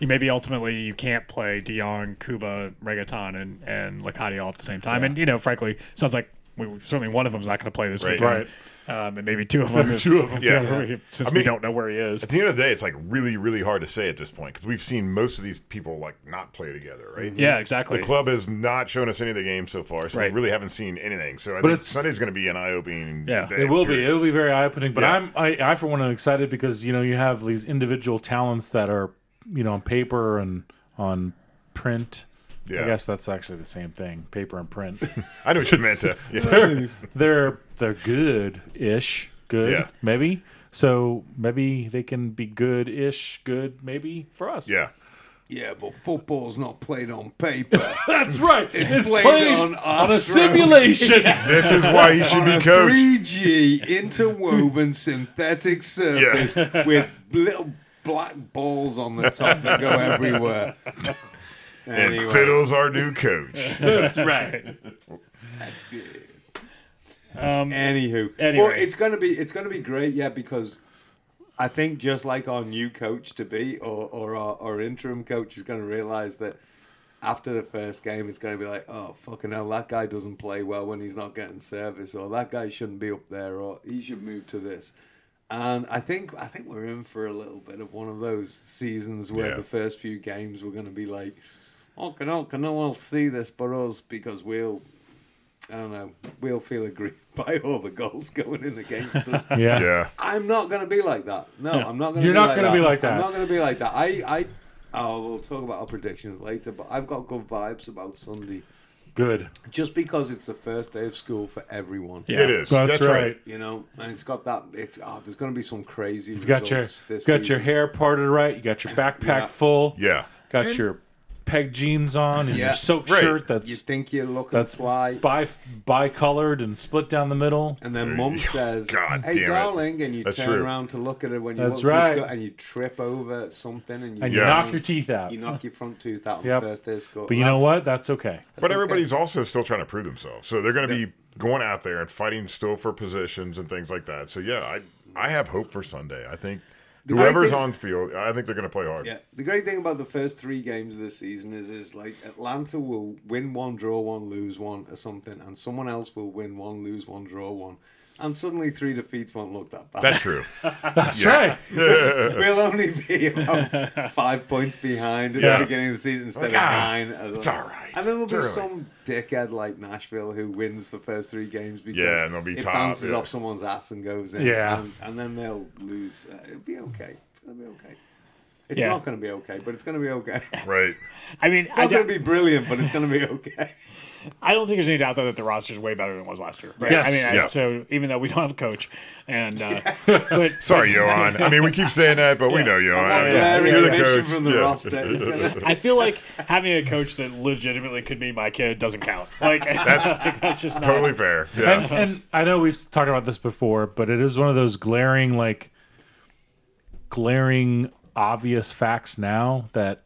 Speaker 1: you maybe ultimately you can't play De Jong, Cuba, Reggaeton, and and Licati all at the same time. And you know, frankly, sounds like we certainly one of them's not going to play this weekend,
Speaker 2: Right.
Speaker 1: Um, and maybe two of them,
Speaker 2: Two of 'em,
Speaker 3: yeah.
Speaker 1: since
Speaker 3: I
Speaker 1: we
Speaker 3: mean-
Speaker 1: don't know where he is.
Speaker 3: At the end of the day, it's like really, really hard to say at this point because we've seen most of these people like not play together, right?
Speaker 1: Yeah, exactly.
Speaker 3: The club has not shown us any of the games so far, so
Speaker 1: Right.
Speaker 3: we really haven't seen anything. So I think
Speaker 2: it's-
Speaker 3: Sunday's going to be an eye-opening.
Speaker 1: Yeah.
Speaker 3: day,
Speaker 2: It will be.
Speaker 3: period.
Speaker 2: It'll be very eye opening. But
Speaker 3: Yeah.
Speaker 2: I'm I, I for one am excited because you know you have these individual talents that are you know on paper and on print. I
Speaker 3: Yeah.
Speaker 2: guess that's actually the same thing, paper and print.
Speaker 3: I know what you meant. To, yeah.
Speaker 2: they're they're they're good ish, good
Speaker 3: Yeah.
Speaker 2: maybe. So maybe they can be good ish, good maybe for us.
Speaker 3: yeah.
Speaker 4: Yeah, but football's not played on paper.
Speaker 2: that's right. It's,
Speaker 4: played
Speaker 2: played
Speaker 4: on
Speaker 2: on, a
Speaker 4: us, right?
Speaker 2: simulation.
Speaker 3: This is why he should
Speaker 4: on
Speaker 3: be
Speaker 4: a
Speaker 3: coached.
Speaker 4: 3G interwoven synthetic surface with little black balls on the top that go everywhere.
Speaker 3: And
Speaker 4: Anyway,
Speaker 3: Fiddle's our new coach.
Speaker 2: That's right.
Speaker 4: anywho,
Speaker 1: Anyway.
Speaker 4: Well, it's gonna be it's gonna be great, yeah, because I think just like our new coach to be or or our, our interim coach is gonna realize that. After the first game, it's going to be like, oh, fucking hell, that guy doesn't play well when he's not getting service, or that guy shouldn't be up there, or he should move to this. And I think I think we're in for a little bit of one of those seasons where
Speaker 3: Yeah.
Speaker 4: the first few games were going to be like, oh, can all can all see this but us because we'll, I don't know, we'll feel aggrieved by all the goals going in against us.
Speaker 2: Yeah.
Speaker 3: Yeah.
Speaker 4: I'm not going to be like that. No, I'm not going to.
Speaker 2: You're
Speaker 4: be
Speaker 2: not
Speaker 4: like
Speaker 2: gonna
Speaker 4: that.
Speaker 2: be like that.
Speaker 4: I'm not going to be like that. I I, oh, we'll talk about our predictions later, but I've got good vibes about Sunday
Speaker 2: Good.
Speaker 4: just because it's the first day of school for everyone.
Speaker 1: Yeah.
Speaker 3: It is.
Speaker 2: That's, right.
Speaker 4: You know, and it's got that. It's oh, there's going to be some crazy.
Speaker 2: You got your
Speaker 4: results this
Speaker 2: got your
Speaker 4: season.
Speaker 2: hair parted right. You got your backpack
Speaker 4: Yeah.
Speaker 2: full.
Speaker 3: Yeah.
Speaker 2: Got your peg jeans on and
Speaker 4: Yeah.
Speaker 2: your silk
Speaker 3: Right.
Speaker 2: shirt
Speaker 4: You
Speaker 2: that's
Speaker 4: think you're looking
Speaker 2: that's
Speaker 4: fly,
Speaker 2: bi bi-colored and split down the middle.
Speaker 4: and then mum says,
Speaker 3: God
Speaker 4: "Hey,
Speaker 3: damn it.
Speaker 4: darling," and you
Speaker 3: That's
Speaker 4: turn
Speaker 3: true.
Speaker 4: around to look at her when you
Speaker 2: That's
Speaker 4: walk through
Speaker 2: right.
Speaker 4: school, and you trip over something, and you,
Speaker 2: And you
Speaker 3: Yeah.
Speaker 2: knock your teeth out.
Speaker 4: you knock your front tooth out on
Speaker 2: Yep.
Speaker 4: the first day of school.
Speaker 2: but you know
Speaker 4: That's-
Speaker 2: what? That's okay.
Speaker 3: But everybody's also still trying to prove themselves. So they're going to be going out there and fighting still for positions and things like that. So yeah, I I have hope for Sunday. I think whoever's
Speaker 4: think-
Speaker 3: on field, I think they're going to play hard.
Speaker 4: Yeah, the great thing about the first three games of the season is, is like Atlanta will win one, draw one, lose one, or something, and someone else will win one, lose one, draw one, and suddenly three defeats won't look that bad.
Speaker 3: That's true.
Speaker 2: That's right.
Speaker 4: we'll only be about five points behind at
Speaker 3: Yeah.
Speaker 4: the beginning of the season instead
Speaker 3: Like,
Speaker 4: of
Speaker 3: ah,
Speaker 4: nine. As
Speaker 3: it's
Speaker 4: a-
Speaker 3: all right.
Speaker 4: And then there'll be
Speaker 3: It's
Speaker 4: some dickhead like Nashville who wins the first three games because
Speaker 3: Yeah, and they'll be
Speaker 4: it
Speaker 3: top,
Speaker 4: bounces
Speaker 3: yeah.
Speaker 4: off someone's ass and goes in.
Speaker 2: Yeah.
Speaker 4: and, and then they'll lose. Uh, it'll be okay. It's gonna be okay. It's
Speaker 1: Yeah.
Speaker 4: not gonna be okay, but it's gonna be okay. It's
Speaker 3: Right.
Speaker 1: I mean, I
Speaker 4: not
Speaker 1: don't,
Speaker 4: gonna be brilliant, but it's gonna be okay.
Speaker 1: I don't think there's any doubt though that the roster is way better than it was last year. Right?
Speaker 2: Yes.
Speaker 1: I mean, I-
Speaker 3: Yeah.
Speaker 1: so even though we don't have a coach, and uh, but
Speaker 3: Sorry, Johan. I mean, we keep saying that, but we know
Speaker 4: I'm
Speaker 3: Johan.
Speaker 4: glaring
Speaker 3: You're the
Speaker 4: omission
Speaker 3: coach.
Speaker 4: from the
Speaker 3: Yeah.
Speaker 4: roster. It's gonna-
Speaker 1: I feel like having a coach that legitimately could be my kid doesn't count. Like that's, that's just not
Speaker 3: Totally fair. Yeah.
Speaker 2: and, and I know we've talked about this before, but it is one of those glaring, like, glaring, obvious facts now that,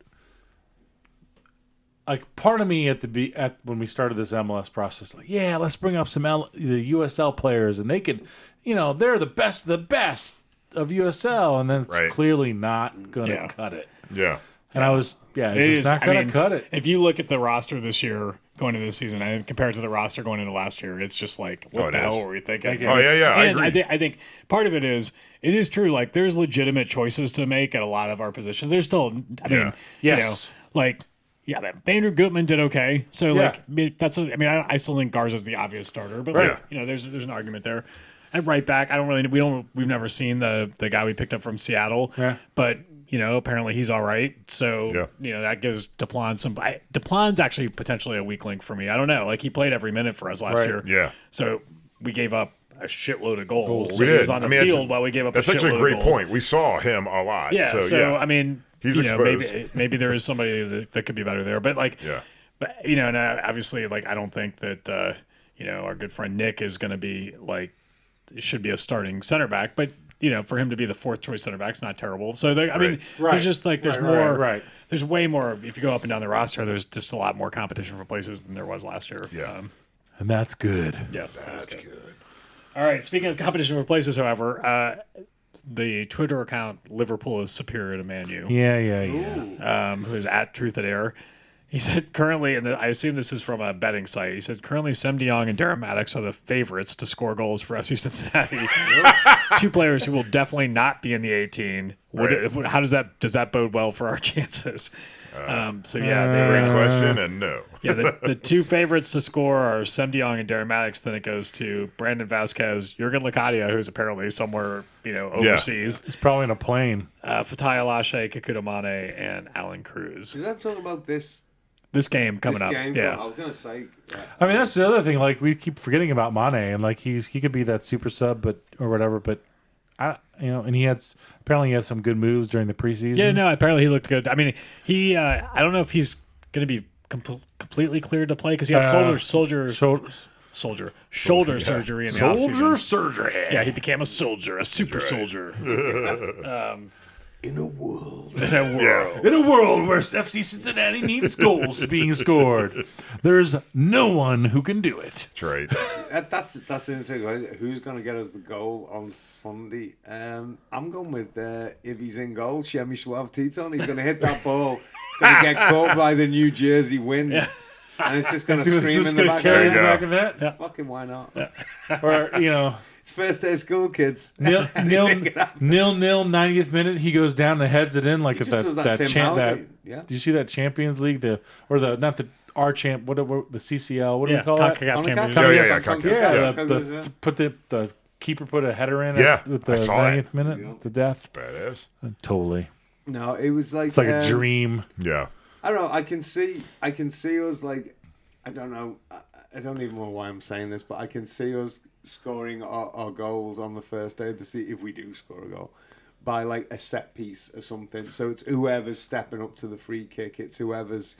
Speaker 2: like, part of me at the be at when we started this MLS process, like, yeah, let's bring up some L, the USL players, and they can, you know, they're the best, of the best of USL, and then it's
Speaker 3: Right.
Speaker 2: clearly not gonna
Speaker 1: Yeah.
Speaker 2: cut it.
Speaker 3: yeah.
Speaker 2: And I was, yeah, it's
Speaker 1: It
Speaker 2: just
Speaker 1: is-
Speaker 2: not
Speaker 1: I
Speaker 2: gonna
Speaker 1: mean,
Speaker 2: cut it.
Speaker 1: If you look at the roster this year going into this season and compared to the roster going into last year, it's just like what
Speaker 3: Oh, it
Speaker 1: the hell
Speaker 3: is.
Speaker 1: were we thinking?
Speaker 3: Oh, yeah, yeah, I
Speaker 1: And
Speaker 3: agree.
Speaker 1: thi- I think part of it is it is true. Like there's legitimate choices to make at a lot of our positions. There's still, I mean,
Speaker 3: Yeah.
Speaker 2: Yes.
Speaker 1: you know, like. Yeah, but Andrew Gutman did okay. So
Speaker 2: Yeah.
Speaker 1: like me- that's what, I mean I, I still think Garza's the obvious starter, but
Speaker 3: Right.
Speaker 1: like, you know there's there's an argument there. At right back, I don't really we don't we've never seen the the guy we picked up from Seattle.
Speaker 2: Yeah.
Speaker 1: But you know, apparently he's all right. So
Speaker 3: Yeah.
Speaker 1: you know that gives Deplan some. I, Deplan's actually potentially a weak link for me. I don't know. Like he played every minute for us last
Speaker 2: Right.
Speaker 1: year.
Speaker 3: Yeah.
Speaker 1: So we gave up a shitload of goals.
Speaker 3: We
Speaker 1: He
Speaker 3: did.
Speaker 1: was on the
Speaker 3: I mean, that's-
Speaker 1: field while we gave up.
Speaker 3: That's
Speaker 1: a
Speaker 3: actually a
Speaker 1: shitload
Speaker 3: great
Speaker 1: of goals.
Speaker 3: point. We saw him a lot.
Speaker 1: Yeah. So,
Speaker 3: So, yeah.
Speaker 1: I mean,
Speaker 3: He's
Speaker 1: you know, maybe
Speaker 3: exposed.
Speaker 1: maybe there is somebody that, that could be better there, but like,
Speaker 3: Yeah.
Speaker 1: But you know, and I, obviously, like I don't think that uh, you know our good friend Nick is going to be like should be a starting center back, but you know, for him to be the fourth choice center back is not terrible. So there, I mean,
Speaker 2: Right.
Speaker 1: there's just like there's
Speaker 2: Right, right,
Speaker 1: more.
Speaker 2: right.
Speaker 1: There's way more. If you go up and down the roster, there's just a lot more competition for places than there was last year. Um,
Speaker 3: Yeah.
Speaker 2: And that's good.
Speaker 1: yes, that's good. All right. Speaking of competition for places, however, uh, the Twitter account Liverpool is superior to Man U.
Speaker 2: Yeah, yeah, yeah.
Speaker 1: um, who's at Truth and Error. He said currently, and I assume this is from a betting site. He said currently, Sem De Jong and Darren Maddox are the favorites to score goals for FC Cincinnati. Two players who will definitely not be in the 18. Would
Speaker 3: Right.
Speaker 1: it, would- how does that does that bode well for our chances? um, so yeah, they,
Speaker 3: Uh, Great
Speaker 1: uh,
Speaker 3: question, and no.
Speaker 1: yeah. The, the two favorites to score are Sem De Jong and Darren Maddox. Then it goes to Brandon Vasquez, Jurgen Licadia, who's apparently somewhere you know
Speaker 3: Yeah.
Speaker 1: overseas,
Speaker 2: It's probably in a plane.
Speaker 1: uh, Fatai Alashe, Kakuta Mane, and Alan Cruz.
Speaker 4: Is that talking about this,
Speaker 1: This game coming
Speaker 4: this
Speaker 1: up.
Speaker 4: game?
Speaker 1: yeah.
Speaker 4: I was going to say. uh, yeah.
Speaker 2: I mean, that's the other thing. Like we keep forgetting about Mane, and like he's he could be that super sub, but or whatever. But I, you know, and he had s- apparently he had some good moves during the preseason.
Speaker 1: Yeah, no, apparently he looked good. I mean, he uh, I don't know if he's going to be compl- completely cleared to play cuz he had
Speaker 2: Uh,
Speaker 1: soldier soldier
Speaker 2: So
Speaker 1: soldier shoulder surgery in the
Speaker 2: soldier
Speaker 1: offseason.
Speaker 2: surgery.
Speaker 1: Yeah, he became a soldier, a super soldier.
Speaker 4: In a world.
Speaker 1: In a world.
Speaker 2: In a world where FC Cincinnati needs goals being scored, there's no one who can do it.
Speaker 3: That's right.
Speaker 4: That, that's that's interesting. right? Who's going to get us the goal on Sunday? Um, I'm going with uh, if he's in goal, Shemi Schwab Teton. He's going to hit that ball. He's going to get caught by the New Jersey wind, and it's just going to
Speaker 2: It's
Speaker 4: scream
Speaker 2: just
Speaker 4: in the
Speaker 2: gonna carry
Speaker 4: background.
Speaker 2: the
Speaker 3: There you
Speaker 2: back of
Speaker 3: go.
Speaker 2: that,
Speaker 4: Fucking why not?
Speaker 2: or you know,
Speaker 4: It's first day of school, kids.
Speaker 2: nil nil
Speaker 4: Anything can happen.
Speaker 2: nil nil. Ninetieth minute, he goes down and heads it in like at
Speaker 4: just
Speaker 2: that
Speaker 4: does
Speaker 2: that,
Speaker 4: that Tim
Speaker 2: champ that.
Speaker 4: Howard thing, yeah.
Speaker 2: Do you see that Champions League the or the not the our champ what, what the CCL what do
Speaker 1: Yeah,
Speaker 2: we call
Speaker 1: Concacaf
Speaker 2: that?
Speaker 1: Champions
Speaker 4: Concacaf?
Speaker 1: League.
Speaker 3: Yeah, yeah, yeah,
Speaker 4: Concacaf.
Speaker 3: Concacaf.
Speaker 2: Yeah,
Speaker 4: Yeah.
Speaker 2: The, the, put the the keeper put a header in
Speaker 3: Yeah,
Speaker 2: at, with
Speaker 3: I
Speaker 2: the
Speaker 3: saw that.
Speaker 2: ninetieth minute
Speaker 4: Yeah.
Speaker 2: the death. Uh,
Speaker 3: Badass.
Speaker 2: Totally,
Speaker 4: No, it was like
Speaker 2: it's like a
Speaker 4: um,
Speaker 2: dream.
Speaker 3: Yeah.
Speaker 4: I don't know. I can see. I can see us like. I don't know. I, I don't even know why I'm saying this, but I can see us scoring our, our goals on the first day of the season if we do score a goal by like a set piece or something. So it's whoever's stepping up to the free kick. It's whoever's.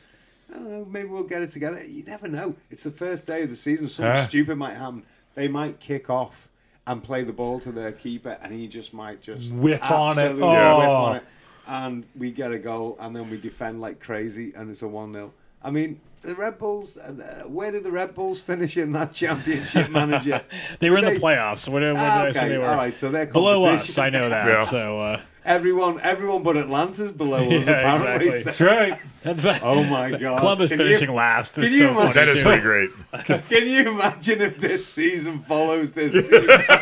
Speaker 4: I don't know. Maybe we'll get it together. You never know. It's the first day of the season. Something
Speaker 2: Yeah.
Speaker 4: stupid might happen. They might kick off and play the ball to their keeper, and he just might just
Speaker 2: Whiff on it.
Speaker 4: absolutely
Speaker 2: Yeah.
Speaker 4: whiff
Speaker 2: Oh.
Speaker 4: on it and we get a goal, and then we defend like crazy, and it's a 1 0. I mean, the Red Bulls, uh, where did the Red Bulls finish in that championship manager?
Speaker 1: They were in
Speaker 4: Did
Speaker 1: the playoffs. What, what
Speaker 4: Ah,
Speaker 1: did I say
Speaker 4: okay,
Speaker 1: they were?
Speaker 4: all right, so they're
Speaker 1: Below
Speaker 4: competition.
Speaker 1: us, I know that.
Speaker 3: Yeah.
Speaker 1: So uh,
Speaker 4: Everyone, everyone but Atlanta's below us,
Speaker 1: Yeah,
Speaker 4: apparently.
Speaker 1: exactly.
Speaker 2: That's right.
Speaker 4: Oh my God.
Speaker 1: Club is
Speaker 4: Can you-
Speaker 1: finishing last. It's
Speaker 4: can
Speaker 1: so
Speaker 4: you
Speaker 1: funny.
Speaker 3: That is
Speaker 1: too.
Speaker 3: pretty great.
Speaker 4: Can you imagine if this season follows this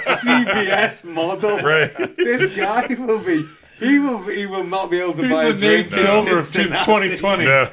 Speaker 4: CBS model?
Speaker 3: Right.
Speaker 4: This guy will be. He will. He will not be able to
Speaker 2: He's
Speaker 4: buy
Speaker 2: the
Speaker 4: a
Speaker 2: Nate
Speaker 4: drink. in
Speaker 2: Silver of
Speaker 4: Cincinnati.
Speaker 2: 2020.
Speaker 3: Yeah.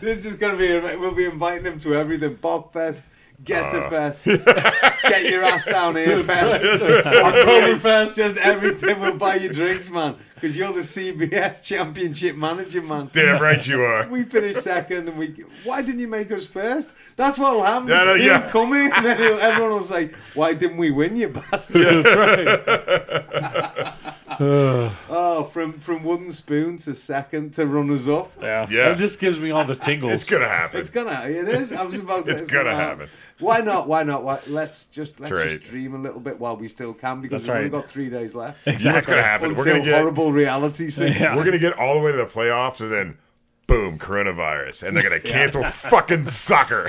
Speaker 4: This is going to be, we'll be inviting them to everything. Bob Fest, Get
Speaker 3: Ah.
Speaker 4: to Fest, Get Your Ass Down Here Fest.
Speaker 2: Oktoberfest.
Speaker 4: Just everything will buy you drinks, man. Because you're the CBS Championship manager, man.
Speaker 3: Damn right you are.
Speaker 4: We finished second, and we. Why didn't you make us first? That's what'll happen.
Speaker 3: No, no,
Speaker 4: He'll
Speaker 3: yeah.
Speaker 4: come in, and then he'll, everyone will say, "Why didn't we win, you bastard?"
Speaker 2: That's right. Ugh.
Speaker 4: Oh, from from wooden spoon to second to runners up.
Speaker 1: Yeah.
Speaker 3: Yeah.
Speaker 2: that just gives me all the tingles.
Speaker 3: it's gonna happen.
Speaker 4: It's gonna. It is. I was about to.
Speaker 3: It's gonna happen.
Speaker 4: Why not? Why not? Why, let's just let's
Speaker 3: That's
Speaker 4: just
Speaker 3: right.
Speaker 4: dream a little bit while we still can because
Speaker 1: That's
Speaker 4: we've only
Speaker 1: right.
Speaker 4: got three days left
Speaker 3: You know what's
Speaker 1: Exactly.
Speaker 3: gonna happen? We're
Speaker 4: until
Speaker 3: gonna get
Speaker 4: horrible reality sinks.
Speaker 1: Yeah.
Speaker 3: we're gonna get all the way to the playoffs and then boom, coronavirus. And they're gonna cancel fucking soccer.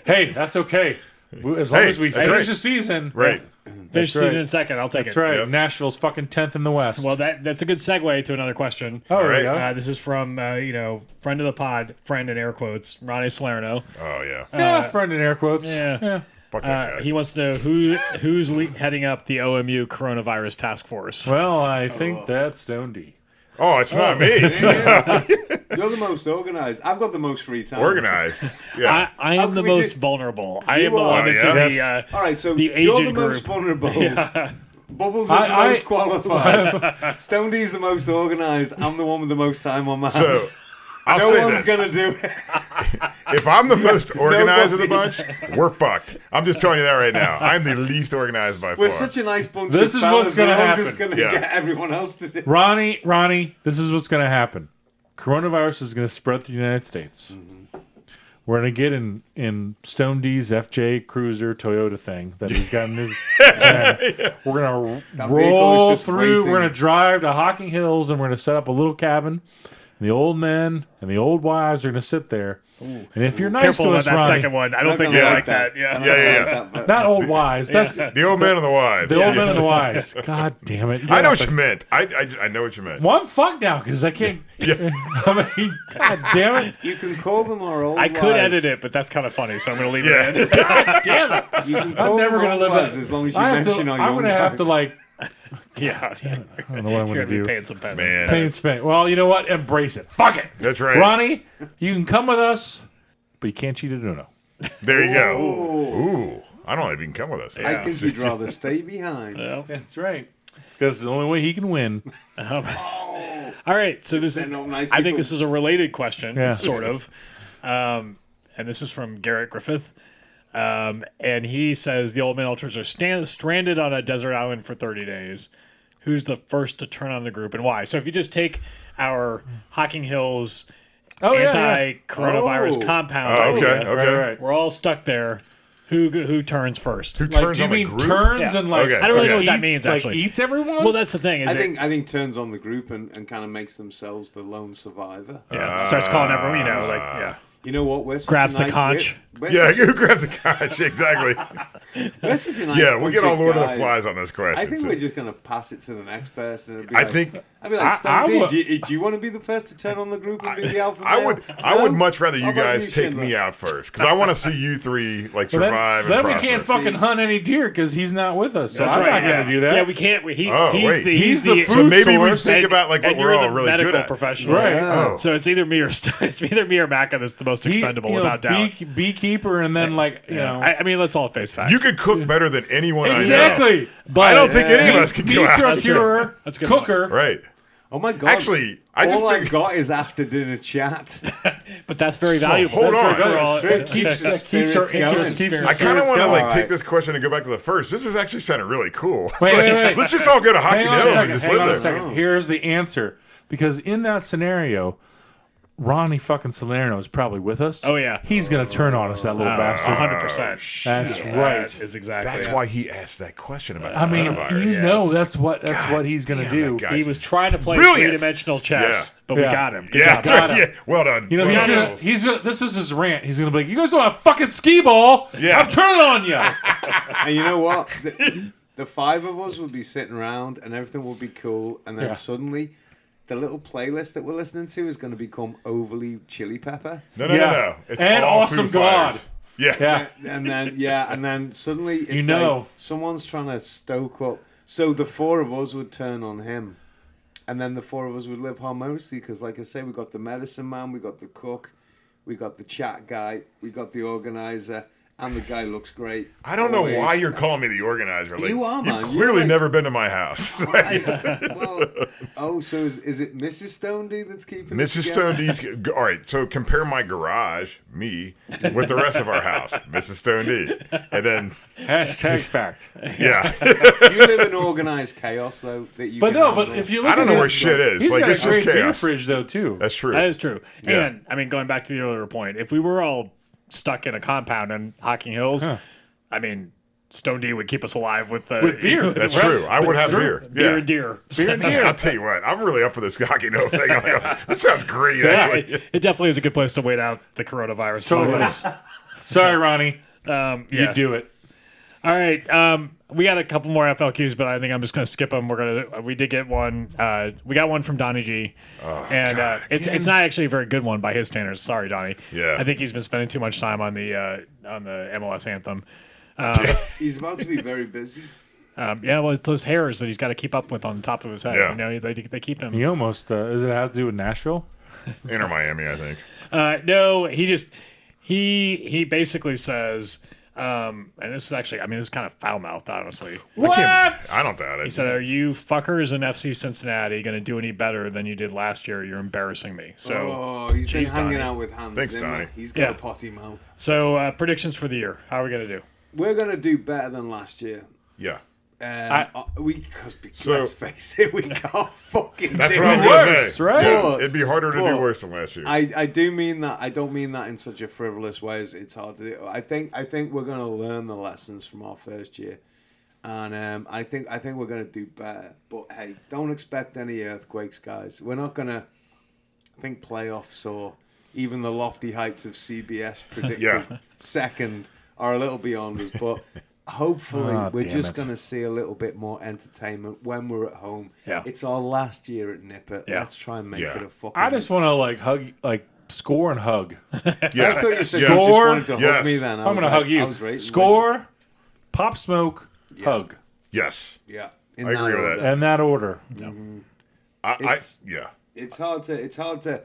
Speaker 2: hey, that's okay. We- As long
Speaker 3: Hey,
Speaker 2: as we
Speaker 3: that's
Speaker 2: finish
Speaker 3: right.
Speaker 2: the season,
Speaker 3: right.
Speaker 1: Finish
Speaker 2: That's right.
Speaker 1: season in second. I'll take
Speaker 2: That's
Speaker 1: it.
Speaker 2: right.
Speaker 3: Yep.
Speaker 2: Nashville's fucking tenth in the West.
Speaker 1: Well, that that's a good segue to another question.
Speaker 2: oh, there we
Speaker 3: right.
Speaker 2: go.
Speaker 1: Uh, this is from uh, you know friend of the pod, friend in air quotes, Ronnie Salerno.
Speaker 3: Oh yeah.
Speaker 2: yeah, friend in air quotes.
Speaker 1: yeah.
Speaker 3: Fuck that
Speaker 1: Uh,
Speaker 3: guy.
Speaker 1: he wants to know who who's le- heading up the OMU coronavirus task force.
Speaker 2: Well, I think that's Stone D.
Speaker 3: oh, it's not me.
Speaker 4: You're the most organized. I've got the most free time.
Speaker 3: Organized.
Speaker 1: I,
Speaker 3: Yeah.
Speaker 1: I
Speaker 4: How
Speaker 1: am
Speaker 4: can
Speaker 1: the
Speaker 4: we
Speaker 1: most
Speaker 4: do-
Speaker 1: vulnerable. I
Speaker 4: You
Speaker 1: am the
Speaker 4: are.
Speaker 1: one that's
Speaker 3: Oh, yeah.
Speaker 1: in the. Uh,
Speaker 4: All right, so
Speaker 1: The
Speaker 4: you're the
Speaker 1: aged group.
Speaker 4: most vulnerable. Bubbles is the
Speaker 2: I-
Speaker 4: most
Speaker 2: I-
Speaker 4: qualified. Stone D's the most organized. I'm the one with the most time on my
Speaker 3: so
Speaker 4: hands.
Speaker 3: I'll
Speaker 4: no
Speaker 3: say
Speaker 4: one's
Speaker 3: this.
Speaker 4: gonna do it.
Speaker 3: If I'm the most organized of the bunch,
Speaker 4: Nobody.
Speaker 3: we're fucked. I'm just telling you that right now. I'm the least organized by
Speaker 4: We're
Speaker 3: far.
Speaker 4: such a nice bunch.
Speaker 2: This
Speaker 4: of
Speaker 2: is what's
Speaker 4: fellas,
Speaker 2: gonna
Speaker 4: we're all Just
Speaker 2: happen.
Speaker 4: gonna
Speaker 3: Yeah.
Speaker 4: get everyone else to do. it.
Speaker 2: Ronnie, Ronnie, this is what's going to happen. Coronavirus is going to spread through the United States. We're going to get in in Stone D's FJ Cruiser Toyota thing that he's got in his. van. We're going to
Speaker 4: vehicle is
Speaker 2: roll
Speaker 4: just
Speaker 2: through.
Speaker 4: waiting.
Speaker 2: We're going to drive to Hocking Hills and we're going to set up a little cabin the old men and the old wives are going to sit there. And if you're nice
Speaker 1: Careful
Speaker 2: to
Speaker 1: about
Speaker 2: us,
Speaker 1: that
Speaker 2: Ronnie,
Speaker 1: second one. I don't think
Speaker 4: gonna
Speaker 1: you like that.
Speaker 4: I'm
Speaker 1: Yeah.
Speaker 4: not
Speaker 3: Yeah, yeah,
Speaker 4: gonna
Speaker 3: yeah.
Speaker 4: like that, but-
Speaker 2: not old wives. That's
Speaker 1: Yeah.
Speaker 3: The old man and the wives.
Speaker 2: the old men and the wives.
Speaker 3: Yes.
Speaker 2: God damn it!
Speaker 3: I know
Speaker 2: Get
Speaker 3: what
Speaker 2: off
Speaker 3: you meant. I, I, I know what you meant.
Speaker 2: the- Well, I'm fucked now because I can't.
Speaker 3: Yeah.
Speaker 2: I mean, god damn it!
Speaker 4: You can call them our old.
Speaker 1: I could
Speaker 4: wives.
Speaker 1: edit it, but that's kind of funny, so I'm going to leave
Speaker 3: Yeah.
Speaker 1: it in.
Speaker 2: God damn it!
Speaker 4: You can
Speaker 2: I'm
Speaker 4: call
Speaker 2: never
Speaker 4: them
Speaker 2: gonna
Speaker 4: our
Speaker 2: live
Speaker 4: wives
Speaker 2: that-
Speaker 4: as long as you
Speaker 2: I have
Speaker 4: mention
Speaker 2: to,
Speaker 4: our
Speaker 2: I'm
Speaker 4: young
Speaker 2: gonna have to
Speaker 4: wives.
Speaker 2: like.
Speaker 1: yeah. Damn it.
Speaker 2: I don't know what
Speaker 1: You're
Speaker 2: I'm gonna
Speaker 1: going to
Speaker 2: do.
Speaker 1: be paying some penalties.
Speaker 3: Man.
Speaker 2: Pain spent. Well, you know what? Embrace it. Fuck it.
Speaker 3: That's right.
Speaker 2: Ronnie, you can come with us, but you can't cheat at Uno.
Speaker 3: There you
Speaker 4: Oh.
Speaker 3: go. Ooh. I don't know if you can come with us.
Speaker 4: I think you'd rather stay behind.
Speaker 1: Well,
Speaker 2: That's right. That's the only way he can win.
Speaker 1: um, all right. So this is,
Speaker 4: Send out nice
Speaker 1: I think
Speaker 4: people.
Speaker 1: this is a related question,
Speaker 2: Yeah.
Speaker 1: sort of. Um, and this is from Garrett Griffith. Um, and he says the old man ultras are stand, stranded on a desert island for 30 days. Who's the first to turn on the group and why? So if you just take our Hocking Hills
Speaker 2: Oh yeah, yeah.
Speaker 1: anti coronavirus
Speaker 4: Oh.
Speaker 1: compound,
Speaker 3: Oh, okay.
Speaker 1: idea,
Speaker 3: okay.
Speaker 2: Right, right.
Speaker 1: we're all stuck there. Who who turns first?
Speaker 3: Who
Speaker 2: Like,
Speaker 3: turns
Speaker 2: do you
Speaker 3: on the
Speaker 2: mean
Speaker 3: group?
Speaker 2: turns
Speaker 1: Yeah.
Speaker 2: and like?
Speaker 3: Okay.
Speaker 1: I don't really know what
Speaker 3: Yeah.
Speaker 1: that means
Speaker 2: like,
Speaker 1: actually.
Speaker 2: eats everyone.
Speaker 1: well, that's the thing. Is
Speaker 4: I
Speaker 1: it-
Speaker 4: think I think turns on the group and, and kind of makes themselves the lone survivor.
Speaker 1: yeah, starts calling everyone. You know, like yeah.
Speaker 4: You know what? We're such
Speaker 1: Grabs
Speaker 4: a
Speaker 1: the
Speaker 4: nice-
Speaker 1: conch.
Speaker 4: We're, we're
Speaker 3: Yeah,
Speaker 4: such,
Speaker 3: who grabs the couch? Exactly.
Speaker 4: we're such a nice
Speaker 3: Yeah, we'll get
Speaker 4: bunch
Speaker 3: all Lord of the
Speaker 4: guys.
Speaker 3: Flies on this question.
Speaker 4: I think
Speaker 3: so-
Speaker 4: we're just gonna pass it to the next person. It'd be
Speaker 3: I
Speaker 4: like-
Speaker 3: think-
Speaker 4: I'd be
Speaker 2: I-
Speaker 4: like, Stan,
Speaker 2: I
Speaker 4: D,
Speaker 2: would-
Speaker 4: do, you, do you want to be the first to turn on the group and be the alpha?
Speaker 3: I
Speaker 4: male?
Speaker 3: would I would
Speaker 4: No?
Speaker 3: much rather you
Speaker 4: How about
Speaker 3: guys
Speaker 4: you,
Speaker 3: take
Speaker 4: Schindler?
Speaker 3: me out first because I want to see you three
Speaker 2: But then-
Speaker 3: like survive.
Speaker 2: then
Speaker 3: and
Speaker 2: we
Speaker 3: prosper.
Speaker 2: can't fucking
Speaker 4: See-
Speaker 2: hunt any deer because he's not with us. So
Speaker 1: That's
Speaker 2: I'm
Speaker 1: right.
Speaker 2: not
Speaker 1: yeah.
Speaker 2: gonna do that.
Speaker 1: Yeah, we can't. We, he,
Speaker 3: Oh,
Speaker 1: he's,
Speaker 3: wait.
Speaker 1: the,
Speaker 2: He's the
Speaker 3: So
Speaker 2: food
Speaker 3: maybe we
Speaker 2: source.
Speaker 3: think about like what
Speaker 1: and you're
Speaker 3: we're all
Speaker 1: the
Speaker 3: really
Speaker 1: medical
Speaker 3: good at.
Speaker 1: professional,
Speaker 2: Right.
Speaker 3: Oh.
Speaker 1: So it's either me or St- it's either me or Mac, and it's the most
Speaker 2: He-
Speaker 1: expendable,
Speaker 2: you know,
Speaker 1: without doubt.
Speaker 2: bee- beekeeper, and then like you know
Speaker 1: I, I mean, let's all face facts.
Speaker 3: You could cook better than anyone I know.
Speaker 2: exactly.
Speaker 1: but
Speaker 3: I don't think
Speaker 1: Yeah.
Speaker 3: any of us could
Speaker 2: Meat
Speaker 3: go out.
Speaker 2: procurer,
Speaker 1: That's a good point.
Speaker 2: cooker.
Speaker 3: Right.
Speaker 4: Oh my god!
Speaker 3: Actually, I just
Speaker 4: all I
Speaker 3: think-
Speaker 4: got is after dinner chat.
Speaker 1: But that's very
Speaker 3: So,
Speaker 1: valuable.
Speaker 3: hold
Speaker 1: That's
Speaker 3: on.
Speaker 1: very
Speaker 2: That's
Speaker 1: valuable.
Speaker 2: true. It
Speaker 4: keeps
Speaker 1: Yeah.
Speaker 4: us- Spirits going.
Speaker 2: keeps the
Speaker 3: I kind of
Speaker 2: spirits
Speaker 3: want to
Speaker 2: going.
Speaker 3: like
Speaker 4: All
Speaker 3: take
Speaker 4: right.
Speaker 3: this question and go back to the first. This is actually sounding really cool. It's
Speaker 2: Wait,
Speaker 3: like,
Speaker 2: wait, wait.
Speaker 3: Let's just all go to Hockey
Speaker 2: Hang on a
Speaker 3: Hills and
Speaker 2: second.
Speaker 3: just
Speaker 2: Hang on a
Speaker 3: live there.
Speaker 2: second. Here's the answer. Because in that scenario, Ronnie fucking Salerno is probably with us.
Speaker 1: Oh, yeah.
Speaker 2: he's gonna turn on us. That
Speaker 3: Oh,
Speaker 2: little bastard.
Speaker 1: hundred percent.
Speaker 2: That's right.
Speaker 1: That is exactly.
Speaker 3: That's
Speaker 1: it.
Speaker 3: why he asked that question about the
Speaker 2: I mean,
Speaker 3: coronavirus.
Speaker 2: you
Speaker 1: yes.
Speaker 2: know that's what that's what he's gonna
Speaker 3: Damn,
Speaker 2: do.
Speaker 3: that
Speaker 1: he
Speaker 3: guy's-
Speaker 1: was trying to play
Speaker 3: Brilliant.
Speaker 1: three-dimensional chess,
Speaker 3: Yeah.
Speaker 1: but
Speaker 2: Yeah.
Speaker 1: we got him. Good
Speaker 3: yeah,
Speaker 1: job, Mac.
Speaker 3: yeah. Well done.
Speaker 2: You know,
Speaker 3: well
Speaker 2: he's
Speaker 3: done.
Speaker 2: gonna, he's gonna, this is his rant. He's gonna be like, you guys don't have fucking skee ball.
Speaker 3: Yeah.
Speaker 2: I'm turning on you.
Speaker 4: and you know what? The, the five of us would be sitting around and everything would be cool, and then
Speaker 2: Yeah.
Speaker 4: suddenly. The little playlist that we're listening to is going to become overly chili pepper.
Speaker 3: No, no,
Speaker 2: Yeah.
Speaker 3: no, no. It's
Speaker 2: And
Speaker 3: all
Speaker 2: awesome
Speaker 3: Foo Fighters.
Speaker 2: God.
Speaker 3: Yeah.
Speaker 2: yeah.
Speaker 4: and then yeah, and then suddenly it's
Speaker 2: You know.
Speaker 4: like someone's trying to stoke up. So the four of us would turn on him, and then the four of us would live harmoniously because, like I say, we got the medicine man, we got the cook, we got the chat guy, we got the organizer, and the guy looks great.
Speaker 3: I don't know why
Speaker 4: always.
Speaker 3: you're calling me the organizer. Like,
Speaker 4: You are, man.
Speaker 3: You've
Speaker 4: You're
Speaker 3: clearly
Speaker 4: like-
Speaker 3: never been to my house.
Speaker 4: I- well, oh, so is, is it Mrs. Stone D that's keeping it
Speaker 3: Mrs.
Speaker 4: together?
Speaker 3: Stone D's. g- All right, so compare my garage, me, with the rest of our house, Mrs. Stone D, and then
Speaker 2: Hashtag fact.
Speaker 3: yeah,
Speaker 4: You live in organized chaos, though. That you
Speaker 2: But
Speaker 4: can
Speaker 2: no, but
Speaker 4: handle.
Speaker 2: if you look
Speaker 3: I don't
Speaker 2: at
Speaker 3: know where
Speaker 2: his-
Speaker 3: shit is.
Speaker 2: he's
Speaker 3: Like
Speaker 2: got
Speaker 3: it's
Speaker 2: a great
Speaker 3: just
Speaker 2: beer
Speaker 3: chaos.
Speaker 2: fridge though too.
Speaker 3: That's true.
Speaker 1: That is true.
Speaker 3: Yeah.
Speaker 1: And I mean, going back to the earlier point, if we were all stuck in a compound in Hocking Hills, I mean, Stone D would keep us alive with uh,
Speaker 2: With beer.
Speaker 3: That's
Speaker 2: Right.
Speaker 3: true. I would have
Speaker 2: Sure.
Speaker 3: beer.
Speaker 1: beer
Speaker 3: yeah.
Speaker 1: and deer.
Speaker 2: Beer and beer.
Speaker 3: I'll tell you what, I'm really up for this hockey nose thing. I'm like, this sounds great.
Speaker 1: it,
Speaker 3: Actually.
Speaker 1: it definitely is a good place to wait out the coronavirus.
Speaker 2: Sorry, Ronnie.
Speaker 1: um,
Speaker 2: You
Speaker 1: yeah.
Speaker 2: do it.
Speaker 1: All right. Um, we got a couple more FLQs, but I think I'm just going to skip them. We're gonna. We did get one. Uh, we got one from Donnie G, and uh, it's it's not actually a very good one by his standards. Sorry, Donnie.
Speaker 3: Yeah.
Speaker 1: I think he's been spending too much time on the uh, on the MLS anthem.
Speaker 4: he's about to be very busy.
Speaker 1: Um, yeah, well, it's those hairs that he's got to keep up with on the top of his head.
Speaker 3: Yeah.
Speaker 1: You know, they, they keep him.
Speaker 2: He almost uh, does it have to do with Nashville?
Speaker 3: Enter Miami, I think.
Speaker 1: Uh, no, he just he he basically says, um, and this is actually, I mean, this is kind of foul mouthed, honestly.
Speaker 3: I, can't-
Speaker 2: What?
Speaker 3: I don't doubt it.
Speaker 1: He said, "Are you fuckers in FC Cincinnati going to do any better than you did last year? You're embarrassing me." So,
Speaker 4: Oh, he's been
Speaker 1: Jeez,
Speaker 4: hanging
Speaker 1: Donnie.
Speaker 4: out with Hans
Speaker 3: Thanks,
Speaker 4: Zimmer.
Speaker 3: Donnie.
Speaker 4: He's got
Speaker 1: Yeah.
Speaker 4: a potty mouth.
Speaker 1: so uh, predictions for the year. How are we going to do?
Speaker 4: We're gonna do better than last year.
Speaker 3: yeah.
Speaker 4: Um, uh, we, cause, let's face it, we can't fucking
Speaker 3: That's
Speaker 4: do
Speaker 3: what I was
Speaker 4: it.
Speaker 3: going to
Speaker 2: worse,
Speaker 3: say.
Speaker 2: right?
Speaker 3: Yeah,
Speaker 4: But-
Speaker 3: it'd be harder to do
Speaker 4: but-
Speaker 3: worse than last year.
Speaker 4: I, I do mean that. I don't mean that in such a frivolous way. As it's hard to do. I think I think we're gonna learn the lessons from our first year, and um, I think I think we're gonna do better. But hey, don't expect any earthquakes, guys. We're not gonna. think playoffs or even the lofty heights of CBS predicted
Speaker 3: Yeah.
Speaker 4: second are a little beyond us. But hopefully,
Speaker 2: Ah,
Speaker 4: we're
Speaker 2: damn
Speaker 4: just
Speaker 2: it.
Speaker 4: going to see a little bit more entertainment when we're at home.
Speaker 1: Yeah.
Speaker 4: It's our last year at Nippet.
Speaker 1: Yeah.
Speaker 4: Let's try and make
Speaker 3: Yeah.
Speaker 4: it a fucking.
Speaker 2: I just want to like hug, like score and hug.
Speaker 3: Yeah.
Speaker 4: I thought you said
Speaker 3: yeah.
Speaker 4: you just
Speaker 2: Score.
Speaker 4: wanted to hug
Speaker 3: Yes.
Speaker 4: me then. I
Speaker 2: I'm
Speaker 4: was
Speaker 2: gonna
Speaker 4: like-
Speaker 2: hug you.
Speaker 4: I was right.
Speaker 2: Score, pop smoke, hug,
Speaker 3: Yes.
Speaker 4: Yeah. In
Speaker 3: I agree with
Speaker 4: order.
Speaker 3: that.
Speaker 2: and that order.
Speaker 3: I, I
Speaker 4: It's-
Speaker 3: yeah.
Speaker 4: it's hard to it's hard to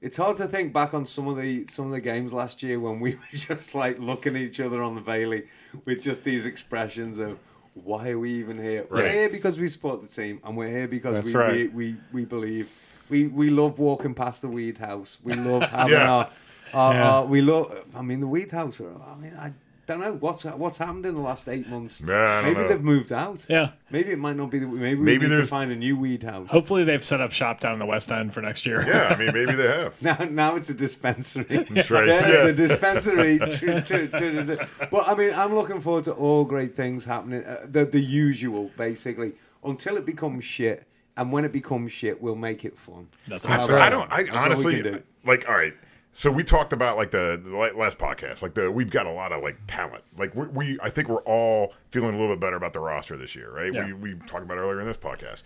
Speaker 4: it's hard to think back on some of the some of the games last year when we were just like looking at each other on the Bailey with just these expressions of why are we even here? We're
Speaker 3: Right.
Speaker 4: here because we support the team and we're here because we,
Speaker 2: That's right.
Speaker 4: we, we we believe we we love walking past the weed house. We love having
Speaker 3: Yeah.
Speaker 4: our, our,
Speaker 2: Yeah.
Speaker 4: our we love I mean the weed house are, I mean I don't know what's what's happened in the last eight months.
Speaker 3: Yeah, I don't
Speaker 4: maybe
Speaker 3: know.
Speaker 4: they've moved out.
Speaker 1: Yeah.
Speaker 4: Maybe it might not be that we- maybe,
Speaker 3: Maybe
Speaker 4: we need to
Speaker 3: there's-
Speaker 4: find a new weed house.
Speaker 1: Hopefully, they've set up shop down in the West End for next year.
Speaker 3: Yeah, I mean maybe they have.
Speaker 4: Now, now it's a dispensary.
Speaker 3: That's right,
Speaker 4: There's
Speaker 3: yeah.
Speaker 4: the dispensary. True, true, true, true, true. But I mean, I'm looking forward to all great things happening. Uh, the the usual, basically, until it becomes shit. And when it becomes shit, we'll make it fun.
Speaker 1: That's
Speaker 4: how
Speaker 1: right.
Speaker 3: I
Speaker 4: about that?
Speaker 3: don't. I
Speaker 4: That's all we
Speaker 3: honestly
Speaker 4: can do.
Speaker 3: like. All right. So we talked about like the, the la- last podcast. Like the we've got a lot of like talent. Like we, we I think we're all feeling a little bit better about the roster this year, right?
Speaker 1: Yeah.
Speaker 3: We we talked about it earlier in this podcast.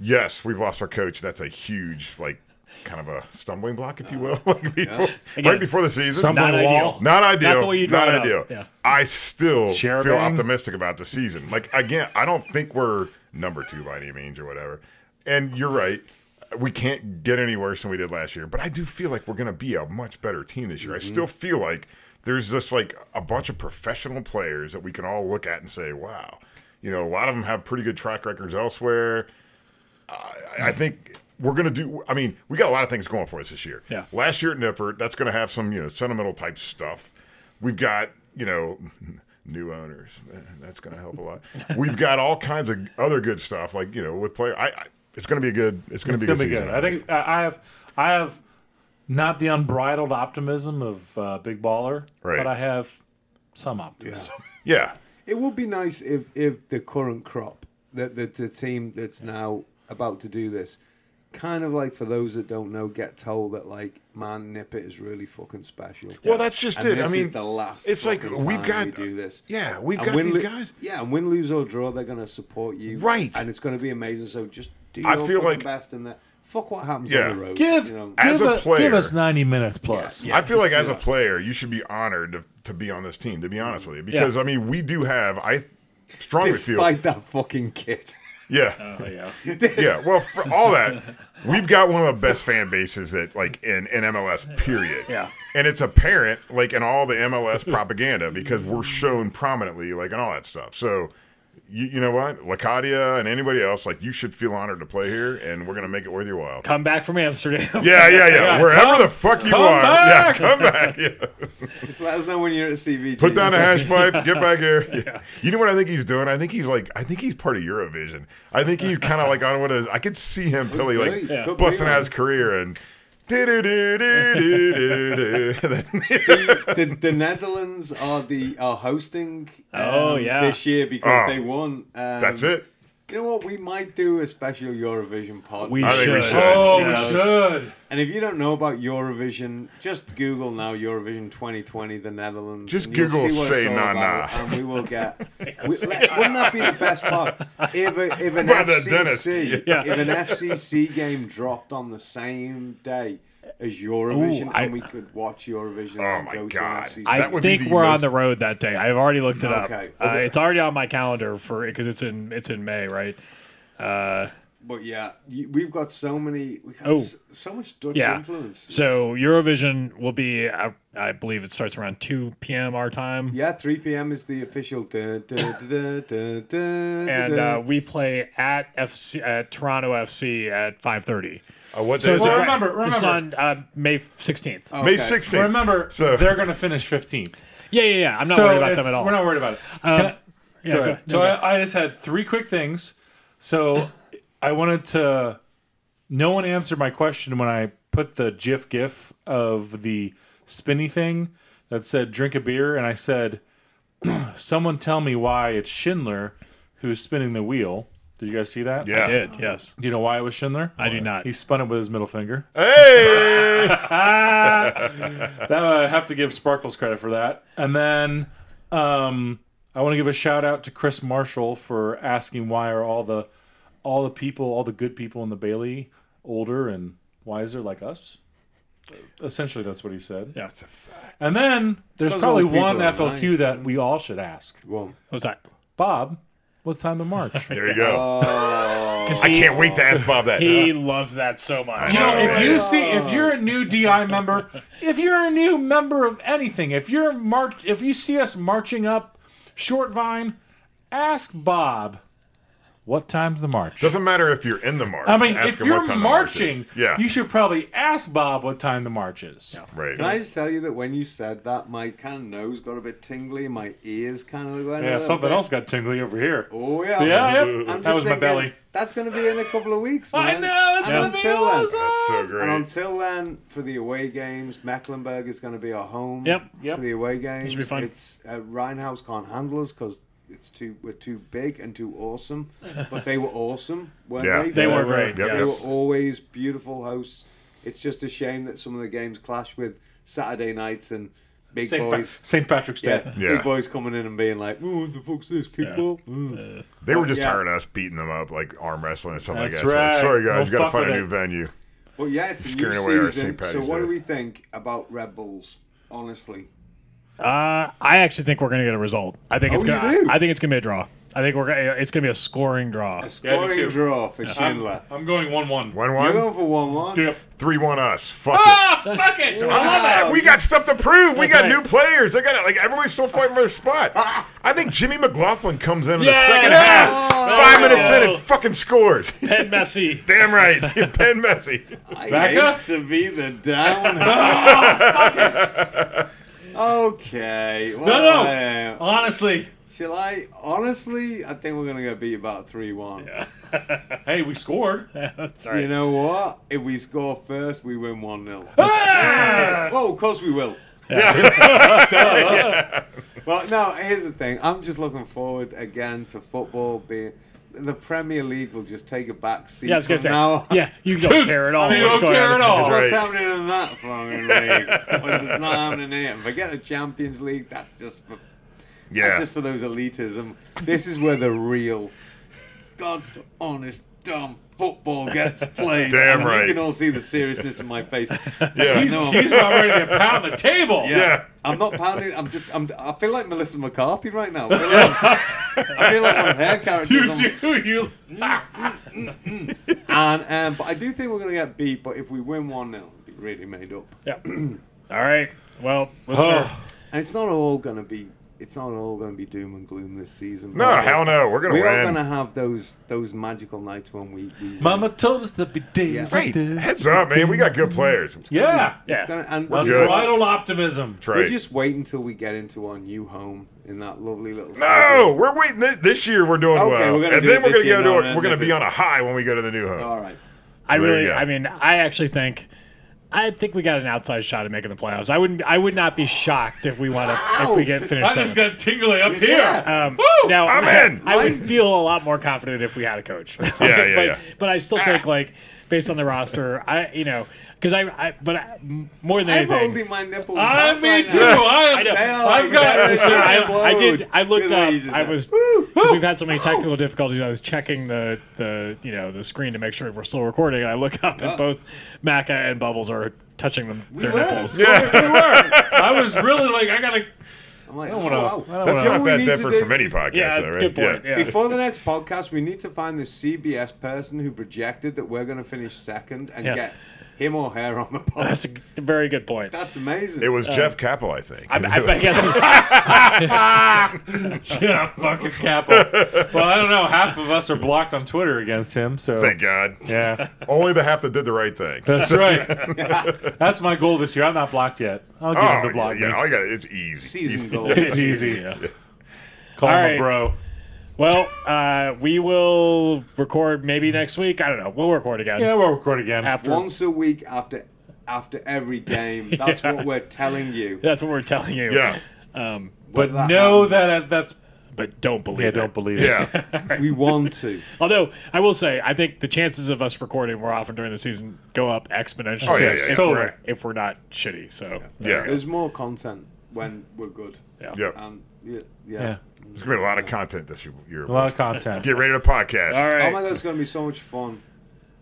Speaker 3: Yes, we've lost our coach. That's a huge like kind of a stumbling block, if you will, like before,
Speaker 1: Again,
Speaker 3: right before the season.
Speaker 2: some-
Speaker 1: Not
Speaker 2: Bumble
Speaker 1: ideal.
Speaker 2: wall.
Speaker 3: Not ideal.
Speaker 1: Not the way you draw
Speaker 3: Not
Speaker 1: it up.
Speaker 3: ideal.
Speaker 1: Yeah.
Speaker 3: I still
Speaker 2: Share a
Speaker 3: feel
Speaker 2: bang?
Speaker 3: optimistic about the season. Like again, I don't think we're number two by any means or whatever. And you're right. We can't get any worse than we did last year, but I do feel like we're going to be a much better team this year. I still feel like there's just like a bunch of professional players that we can all look at and say, "Wow." You know, a lot of them have pretty good track records elsewhere. I think we're going to do. I mean, we got a lot of things going for us this year.
Speaker 1: Yeah.
Speaker 3: Last year at Nippert, that's going to have some you know sentimental type stuff. We've got you know new owners. That's going to help a lot. We've got all kinds of other good stuff like you know with player. I, I it's going to be a good. It's going
Speaker 2: It's
Speaker 3: to be a
Speaker 2: gonna
Speaker 3: good.
Speaker 2: be good.
Speaker 3: season.
Speaker 2: I think I I have I have not the unbridled optimism of uh, Big Baller,
Speaker 3: Right.
Speaker 2: but I have some optimism.
Speaker 3: Yeah.
Speaker 4: It would be nice if if the current crop, that the, the team that's now about to do this, kind of like for those that don't know, get told that like, man, Nippet is really fucking special.
Speaker 3: Well, that's just
Speaker 4: And
Speaker 3: it.
Speaker 4: this
Speaker 3: I mean,
Speaker 4: is the last.
Speaker 3: it's like
Speaker 4: fucking
Speaker 3: we've
Speaker 4: time
Speaker 3: got.
Speaker 4: we do this.
Speaker 3: Yeah, we've
Speaker 4: And
Speaker 3: got
Speaker 4: win,
Speaker 3: these
Speaker 4: lo-
Speaker 3: guys.
Speaker 4: Yeah, and win, lose or draw, they're going to support you.
Speaker 3: Right.
Speaker 4: and it's going to be amazing. So just do your
Speaker 3: I feel
Speaker 4: fucking
Speaker 3: like-
Speaker 4: best in that. Fuck what happens
Speaker 3: Yeah.
Speaker 4: on the road.
Speaker 2: Give
Speaker 4: you know,
Speaker 3: As
Speaker 2: give,
Speaker 3: a
Speaker 2: a- give us
Speaker 3: player-
Speaker 2: ninety minutes plus.
Speaker 4: Yeah.
Speaker 3: I feel like
Speaker 4: just
Speaker 3: as
Speaker 4: do
Speaker 3: a
Speaker 4: it.
Speaker 3: player, you should be honored to, to be on this team. To be honest with you, because I mean, we do have. I strongly feel.
Speaker 4: despite that fucking kit.
Speaker 3: Yeah.
Speaker 2: Uh,
Speaker 1: Oh, yeah.
Speaker 3: Yeah, well, for all that, we've got one of the best fan bases that like in, in MLS. Period.
Speaker 1: Yeah.
Speaker 3: and it's apparent like in all the MLS propaganda because we're shown prominently like and all that stuff. So, you, you know what, Lacadia and anybody else, like you should feel honored to play here, and we're gonna make it worth your while.
Speaker 1: Come back from Amsterdam.
Speaker 3: Yeah, yeah, yeah. Wherever
Speaker 2: come-
Speaker 3: the fuck you
Speaker 2: come
Speaker 3: are, yeah,
Speaker 2: back!
Speaker 3: come back. Yeah.
Speaker 4: Just let us know when you're at CVG.
Speaker 3: Put down the hash pipe. Get back here. Yeah. You know what I think he's doing? I think he's like, I think he's part of Eurovision. I think he's kind of like on one of. His, I could see him till he like
Speaker 4: Could be. Yeah.
Speaker 3: busting out his career and. Uh, do-do-do-do-do-do.
Speaker 4: the, the Netherlands are the are hosting. um,
Speaker 1: Oh, yeah.
Speaker 4: this year because
Speaker 3: Oh.
Speaker 4: they won. Um,
Speaker 3: That's it.
Speaker 4: You know what? We might do a special Eurovision pod.
Speaker 1: We
Speaker 3: I think we
Speaker 1: should.
Speaker 3: should.
Speaker 2: Oh,
Speaker 1: Yes.
Speaker 2: we should.
Speaker 4: And if you don't know about Eurovision, just Google now Eurovision 2020, the Netherlands.
Speaker 3: Just
Speaker 4: and you'll
Speaker 3: Google
Speaker 4: see what
Speaker 3: say
Speaker 4: it's all
Speaker 3: nah,
Speaker 4: about,
Speaker 3: nah.
Speaker 4: And we will get. we- like, wouldn't that be the best part? If, a, if, an,
Speaker 3: By the
Speaker 4: FCC,
Speaker 3: dentist,
Speaker 1: yeah.
Speaker 4: if an FCC game dropped on the same day as Eurovision,
Speaker 1: Ooh,
Speaker 4: and
Speaker 1: I-
Speaker 4: we could watch Eurovision
Speaker 3: Oh
Speaker 4: and
Speaker 3: my
Speaker 4: go
Speaker 3: God.
Speaker 4: to an FCC.
Speaker 1: I
Speaker 3: That would be
Speaker 1: think
Speaker 3: the
Speaker 1: we're
Speaker 3: most-
Speaker 1: on the road that day. I've already looked it up.
Speaker 4: Okay.
Speaker 1: Uh, it's already on my calendar for because it's in it's in May, right? Uh,
Speaker 4: But yeah, you, we've got so many. We got
Speaker 1: Oh.
Speaker 4: s- so much Dutch
Speaker 1: yeah.
Speaker 4: influence.
Speaker 1: So Eurovision will be, I, I believe, it starts around two p.m. our time,
Speaker 4: yeah, 3 p.m. is the official. Da, da, da, da, da, da,
Speaker 1: and
Speaker 4: da.
Speaker 1: uh, we play at FC at Toronto FC at five thirty.
Speaker 3: Uh, what's
Speaker 1: So
Speaker 3: that?
Speaker 1: it's
Speaker 2: Well,
Speaker 1: a-
Speaker 2: remember-
Speaker 1: It's
Speaker 2: remember.
Speaker 1: on uh, May sixteenth.
Speaker 4: Okay.
Speaker 3: May 16th.
Speaker 2: Remember,
Speaker 3: So-
Speaker 2: they're going to finish fifteenth.
Speaker 1: Yeah, yeah, yeah. I'm not
Speaker 2: so
Speaker 1: worried about
Speaker 2: it's-
Speaker 1: them at all.
Speaker 2: We're not worried about it. Can I-
Speaker 1: yeah,
Speaker 2: Go
Speaker 1: go-
Speaker 2: ahead.
Speaker 1: no,
Speaker 2: so
Speaker 1: go
Speaker 2: I, I just had three quick things. So I wanted to. No one answered my question when I put the GIF GIF of the spinny thing that said "drink a beer," and I said, "Someone tell me why it's Schindler who's spinning the wheel." Did you guys see that?
Speaker 3: Yeah.
Speaker 1: I did, yes.
Speaker 2: Do you know why it was Schindler?
Speaker 1: I do not.
Speaker 2: He spun it with his middle finger.
Speaker 3: Hey.
Speaker 2: that uh, I have to give Sparkles credit for that. And then um, I want to give a shout out to Chris Marshall for asking why are all the all the people, all the good people in the Bailey older and wiser like us? Essentially, that's what he said.
Speaker 1: Yeah.
Speaker 3: That's a fact.
Speaker 2: And then there's
Speaker 4: Those
Speaker 2: probably
Speaker 4: old people
Speaker 2: one
Speaker 4: are
Speaker 2: FLQ
Speaker 4: nice.
Speaker 2: that we all should ask.
Speaker 4: Well,
Speaker 1: What's that?
Speaker 2: Bob, what's time to march?
Speaker 3: There you go.
Speaker 4: oh,
Speaker 1: 'Cause
Speaker 3: I
Speaker 1: he-
Speaker 3: can't wait to ask Bob that.
Speaker 1: He loves that so much.
Speaker 3: You know,
Speaker 2: Well, if
Speaker 3: Yeah.
Speaker 2: you see if you're a new DI member, if you're a new member of anything, if you're march if you see us marching up Short Vine, ask Bob what time's the march.
Speaker 3: Doesn't matter if you're in the march.
Speaker 2: I mean,
Speaker 3: Ask
Speaker 2: if
Speaker 3: him
Speaker 2: you're
Speaker 3: what time the march is.
Speaker 2: marching,
Speaker 3: yeah,
Speaker 2: you should probably ask Bob what time the march is.
Speaker 3: right.
Speaker 4: Can I just tell you that when you said that, my kind of nose got a bit tingly, my ears kind of went. a
Speaker 2: Yeah,
Speaker 4: little
Speaker 2: something
Speaker 4: bit.
Speaker 2: else got tingly over here.
Speaker 4: Oh yeah.
Speaker 2: Yeah,
Speaker 4: I'm
Speaker 2: yep.
Speaker 4: just
Speaker 2: that was my
Speaker 4: thinking,
Speaker 2: belly.
Speaker 4: That's going to be in a couple of weeks.
Speaker 2: I
Speaker 4: Man.
Speaker 2: know, it's
Speaker 4: And
Speaker 2: gonna be
Speaker 4: until then,
Speaker 2: awesome.
Speaker 3: That's so
Speaker 4: and
Speaker 3: great.
Speaker 4: until then, for the away games, Mecklenburg is going to be our home.
Speaker 1: Yep.
Speaker 2: Yep.
Speaker 4: For the away games,
Speaker 1: should be fun.
Speaker 4: It's uh, Rhinehouse can't handle us because it's too we're too big and too awesome. But they were awesome, weren't
Speaker 3: Yeah.
Speaker 4: they?
Speaker 1: They
Speaker 4: Yeah.
Speaker 1: were great.
Speaker 3: Yep.
Speaker 4: They
Speaker 1: Yes.
Speaker 4: were always beautiful hosts. It's just a shame that some of the games clash with Saturday nights and big
Speaker 2: St. Pa-
Speaker 4: boys.
Speaker 2: St. Patrick's Day.
Speaker 4: yeah,
Speaker 3: Yeah.
Speaker 4: big boys coming in and being like, "Oh, what the fuck's this kickball?" Mm.
Speaker 3: They were just
Speaker 4: Yeah.
Speaker 3: tired of us beating them up, like arm wrestling and stuff
Speaker 2: That's
Speaker 3: like that. So, like,
Speaker 2: right.
Speaker 3: Sorry guys,
Speaker 2: Don't
Speaker 3: you got to
Speaker 2: fuck
Speaker 3: find a
Speaker 2: with
Speaker 3: new
Speaker 2: it."
Speaker 3: venue.
Speaker 4: But yeah, it's a new
Speaker 3: Scaring away our
Speaker 4: season.
Speaker 3: St.
Speaker 4: So
Speaker 3: Paddy's
Speaker 4: what do
Speaker 3: Day.
Speaker 4: we think about Red Bulls? Honestly,
Speaker 1: Uh, I actually think we're gonna get a result. I think it's
Speaker 4: Oh, you
Speaker 1: gonna.
Speaker 4: do?
Speaker 1: I think it's gonna be a draw. I think we're gonna. It's gonna be a scoring draw.
Speaker 4: a scoring
Speaker 2: too.
Speaker 4: draw for Schindler.
Speaker 2: I'm going one one.
Speaker 3: One
Speaker 4: You're
Speaker 3: one,
Speaker 4: going for one one.
Speaker 2: Yep.
Speaker 3: three one us. Fuck it.
Speaker 2: Ah, fuck it!
Speaker 3: Ah, we got stuff to prove. we
Speaker 1: That's
Speaker 3: got
Speaker 1: right.
Speaker 3: new players. They got it. Like everybody's still fighting for their spot. I think Jimmy McLaughlin comes in in the
Speaker 1: Yes!
Speaker 3: second half, five
Speaker 1: There we
Speaker 3: minutes
Speaker 1: go.
Speaker 3: in, and fucking scores.
Speaker 1: Ted Messi.
Speaker 3: Damn right, Penn Messi.
Speaker 4: I
Speaker 2: Back
Speaker 4: hate
Speaker 2: up.
Speaker 4: to be the downer. okay. Well,
Speaker 2: No, no.
Speaker 4: I-
Speaker 2: Honestly,
Speaker 4: shall I? Honestly, I think we're gonna go beat about three one.
Speaker 2: hey, we scored.
Speaker 1: That's all
Speaker 4: You
Speaker 1: right.
Speaker 4: know what? If we score first, we win one 0
Speaker 2: Ah!
Speaker 4: Oh, of course we will. Duh. But no, here's the thing. I'm just looking forward again to football being. The Premier League will just take a back seat
Speaker 1: Yeah, I was gonna
Speaker 4: from
Speaker 1: say.
Speaker 4: now.
Speaker 1: Yeah, you don't care at all.
Speaker 2: You
Speaker 1: what's
Speaker 2: don't
Speaker 1: going
Speaker 2: care
Speaker 1: on.
Speaker 2: at all.
Speaker 4: What's
Speaker 3: Right.
Speaker 4: Oh, happening in that fucking league? What's it's not happening here? And Forget the Champions League. That's just for, that's
Speaker 3: Yeah,
Speaker 4: just for those elitism. This is where the real, god honest dumb football gets played.
Speaker 3: Damn
Speaker 4: And
Speaker 3: right.
Speaker 4: You can all see the seriousness in my face.
Speaker 3: yeah,
Speaker 2: He's, he's about ready to pound the table.
Speaker 3: yeah.
Speaker 4: I'm not pounding. I'm just. I'm, I feel like Melissa McCarthy right now. I feel like, I feel like one of her characters.
Speaker 2: You
Speaker 4: on-
Speaker 2: do. You.
Speaker 4: And um, but I do think we're gonna get beat. But if we win one 0 it'll be really made up.
Speaker 1: Yeah. All right. Well,
Speaker 3: Oh.
Speaker 1: listener,
Speaker 2: Oh.
Speaker 4: And it's not all gonna be. It's not all gonna be doom and gloom this season.
Speaker 3: No, hell no. We're gonna
Speaker 4: We are
Speaker 3: win.
Speaker 4: gonna have those those magical nights when we. we
Speaker 2: Mama told us to be days
Speaker 4: Yeah.
Speaker 2: like
Speaker 3: Hey,
Speaker 2: this.
Speaker 3: heads up, man. We got good players.
Speaker 2: Yeah.
Speaker 1: yeah.
Speaker 4: It's gonna, and
Speaker 3: We're
Speaker 4: you
Speaker 3: good.
Speaker 4: know what?
Speaker 2: Unbridled optimism.
Speaker 3: That's right.
Speaker 4: We just wait until we get into our new home in that lovely little.
Speaker 3: No, we're waiting. Thi- This year we're doing
Speaker 4: Okay,
Speaker 3: well,
Speaker 4: we're gonna
Speaker 3: and
Speaker 4: do
Speaker 3: then
Speaker 4: it
Speaker 3: we're going
Speaker 4: this
Speaker 3: to go
Speaker 4: year,
Speaker 3: to.
Speaker 4: no, Uh,
Speaker 3: a-
Speaker 4: no,
Speaker 3: we're going
Speaker 4: no,
Speaker 3: to be
Speaker 4: no.
Speaker 3: on a high when we go to the new home.
Speaker 4: All right.
Speaker 1: I
Speaker 3: There you
Speaker 1: really.
Speaker 3: go.
Speaker 1: I mean, I actually think. I think we got an outside shot at making the playoffs. I wouldn't. I would not be shocked if we want to. If we get finished.
Speaker 2: I just
Speaker 1: seventh.
Speaker 2: got tingly up here.
Speaker 4: Yeah.
Speaker 1: Um,
Speaker 2: Woo!
Speaker 1: now
Speaker 3: I'm in.
Speaker 1: I would
Speaker 4: Nice.
Speaker 1: feel a lot more confident if we had a coach.
Speaker 3: Yeah, yeah,
Speaker 1: but,
Speaker 3: yeah.
Speaker 1: But I
Speaker 4: Ah.
Speaker 1: still think like based on the roster, I you know because I, I but I, m- more than
Speaker 4: I'm
Speaker 1: anything,
Speaker 4: holding my nipples.
Speaker 2: I
Speaker 4: back
Speaker 2: me
Speaker 4: right
Speaker 2: too.
Speaker 4: now.
Speaker 2: I,
Speaker 1: know.
Speaker 4: Hell,
Speaker 2: I've
Speaker 4: I'm
Speaker 2: got
Speaker 4: gonna
Speaker 2: this.
Speaker 1: I,
Speaker 2: I,
Speaker 4: explode.
Speaker 1: I did. I looked
Speaker 4: Good
Speaker 1: up.
Speaker 4: ladies. uh,
Speaker 1: I was
Speaker 4: Woo!
Speaker 1: because we've had so many technical difficulties. I was checking the the you know the screen to make sure we're still recording. And I look up and
Speaker 4: Oh.
Speaker 1: both Maca and Bubbles are touching them their
Speaker 4: were.
Speaker 1: nipples.
Speaker 3: Yeah,
Speaker 2: we were. I was really like, I gotta.
Speaker 4: I'm like,
Speaker 2: I wanna,
Speaker 4: oh, wow.
Speaker 2: I
Speaker 3: that's
Speaker 2: wanna,
Speaker 4: Well,
Speaker 3: not
Speaker 4: we
Speaker 3: that
Speaker 4: need to
Speaker 3: different
Speaker 4: do-
Speaker 3: from any podcast,
Speaker 1: Yeah,
Speaker 3: though, right?
Speaker 1: good point. Yeah.
Speaker 4: Before the next podcast, we need to find the CBS person who projected that we're going to finish second and
Speaker 1: Yeah.
Speaker 4: get him or her on the podcast.
Speaker 1: That's a g- very good point.
Speaker 4: That's amazing.
Speaker 3: It was Jeff Capel, I think.
Speaker 1: I, I, I guess
Speaker 2: yeah, fucking Capo. Well, I don't know. Half of us are blocked on Twitter against him. So
Speaker 3: Thank God.
Speaker 2: Oh. yeah,
Speaker 3: Only the half that did the right thing.
Speaker 2: that's right. That's my goal this year. I'm not blocked yet. I'll get him to
Speaker 3: Oh,
Speaker 2: block
Speaker 3: yeah,
Speaker 2: me.
Speaker 3: I got it. It's easy.
Speaker 4: season
Speaker 3: Easy.
Speaker 4: goal.
Speaker 2: It's easy. Call
Speaker 1: All
Speaker 2: him
Speaker 1: right.
Speaker 2: a bro.
Speaker 1: Well, uh, we will record maybe next week. I don't know. We'll record again
Speaker 2: Yeah, we'll record again.
Speaker 1: after.
Speaker 4: Once a week after after every game. That's
Speaker 1: Yeah.
Speaker 4: what we're telling you.
Speaker 1: That's what we're telling you.
Speaker 3: Yeah.
Speaker 1: Um,
Speaker 2: but
Speaker 4: Whether that
Speaker 2: know
Speaker 4: happens.
Speaker 2: that uh, that's
Speaker 1: but don't believe
Speaker 2: Yeah,
Speaker 1: it.
Speaker 2: don't believe it.
Speaker 3: Yeah.
Speaker 4: We want to.
Speaker 1: Although I will say, I think the chances of us recording more often during the season go up exponentially.
Speaker 3: Oh, yeah,
Speaker 1: if,
Speaker 3: yeah, yeah.
Speaker 1: we're,
Speaker 2: Totally.
Speaker 1: if we're not shitty. So
Speaker 3: Yeah.
Speaker 4: There's more content when we're good.
Speaker 1: yeah.
Speaker 3: yeah.
Speaker 4: Um, yeah, yeah. Oh
Speaker 2: Yeah.
Speaker 3: There's going to be a lot of content this year.
Speaker 2: A lot of content.
Speaker 3: Get ready to podcast.
Speaker 1: All
Speaker 4: Oh
Speaker 1: right.
Speaker 4: my god, it's going to be so much fun.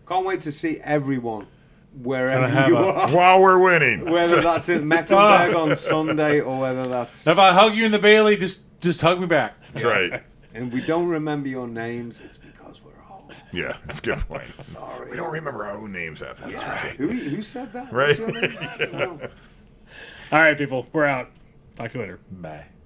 Speaker 4: Can't wait to see everyone
Speaker 2: Gonna
Speaker 4: wherever
Speaker 2: have
Speaker 4: you
Speaker 2: a-
Speaker 4: are.
Speaker 3: While we're winning.
Speaker 4: Whether
Speaker 3: So-
Speaker 4: that's in Mecklenburg on Sunday or whether that's.
Speaker 2: If I hug you in the Bailey, just just hug me back.
Speaker 3: that's right.
Speaker 4: And we don't remember your names, it's because we're old.
Speaker 3: Yeah, that's a good point.
Speaker 4: Sorry.
Speaker 3: We don't remember our own names after this.
Speaker 4: Who, who said that?
Speaker 3: Right.
Speaker 4: What's your name? I don't know.
Speaker 1: All right, people. We're out. Talk to you later.
Speaker 2: Bye.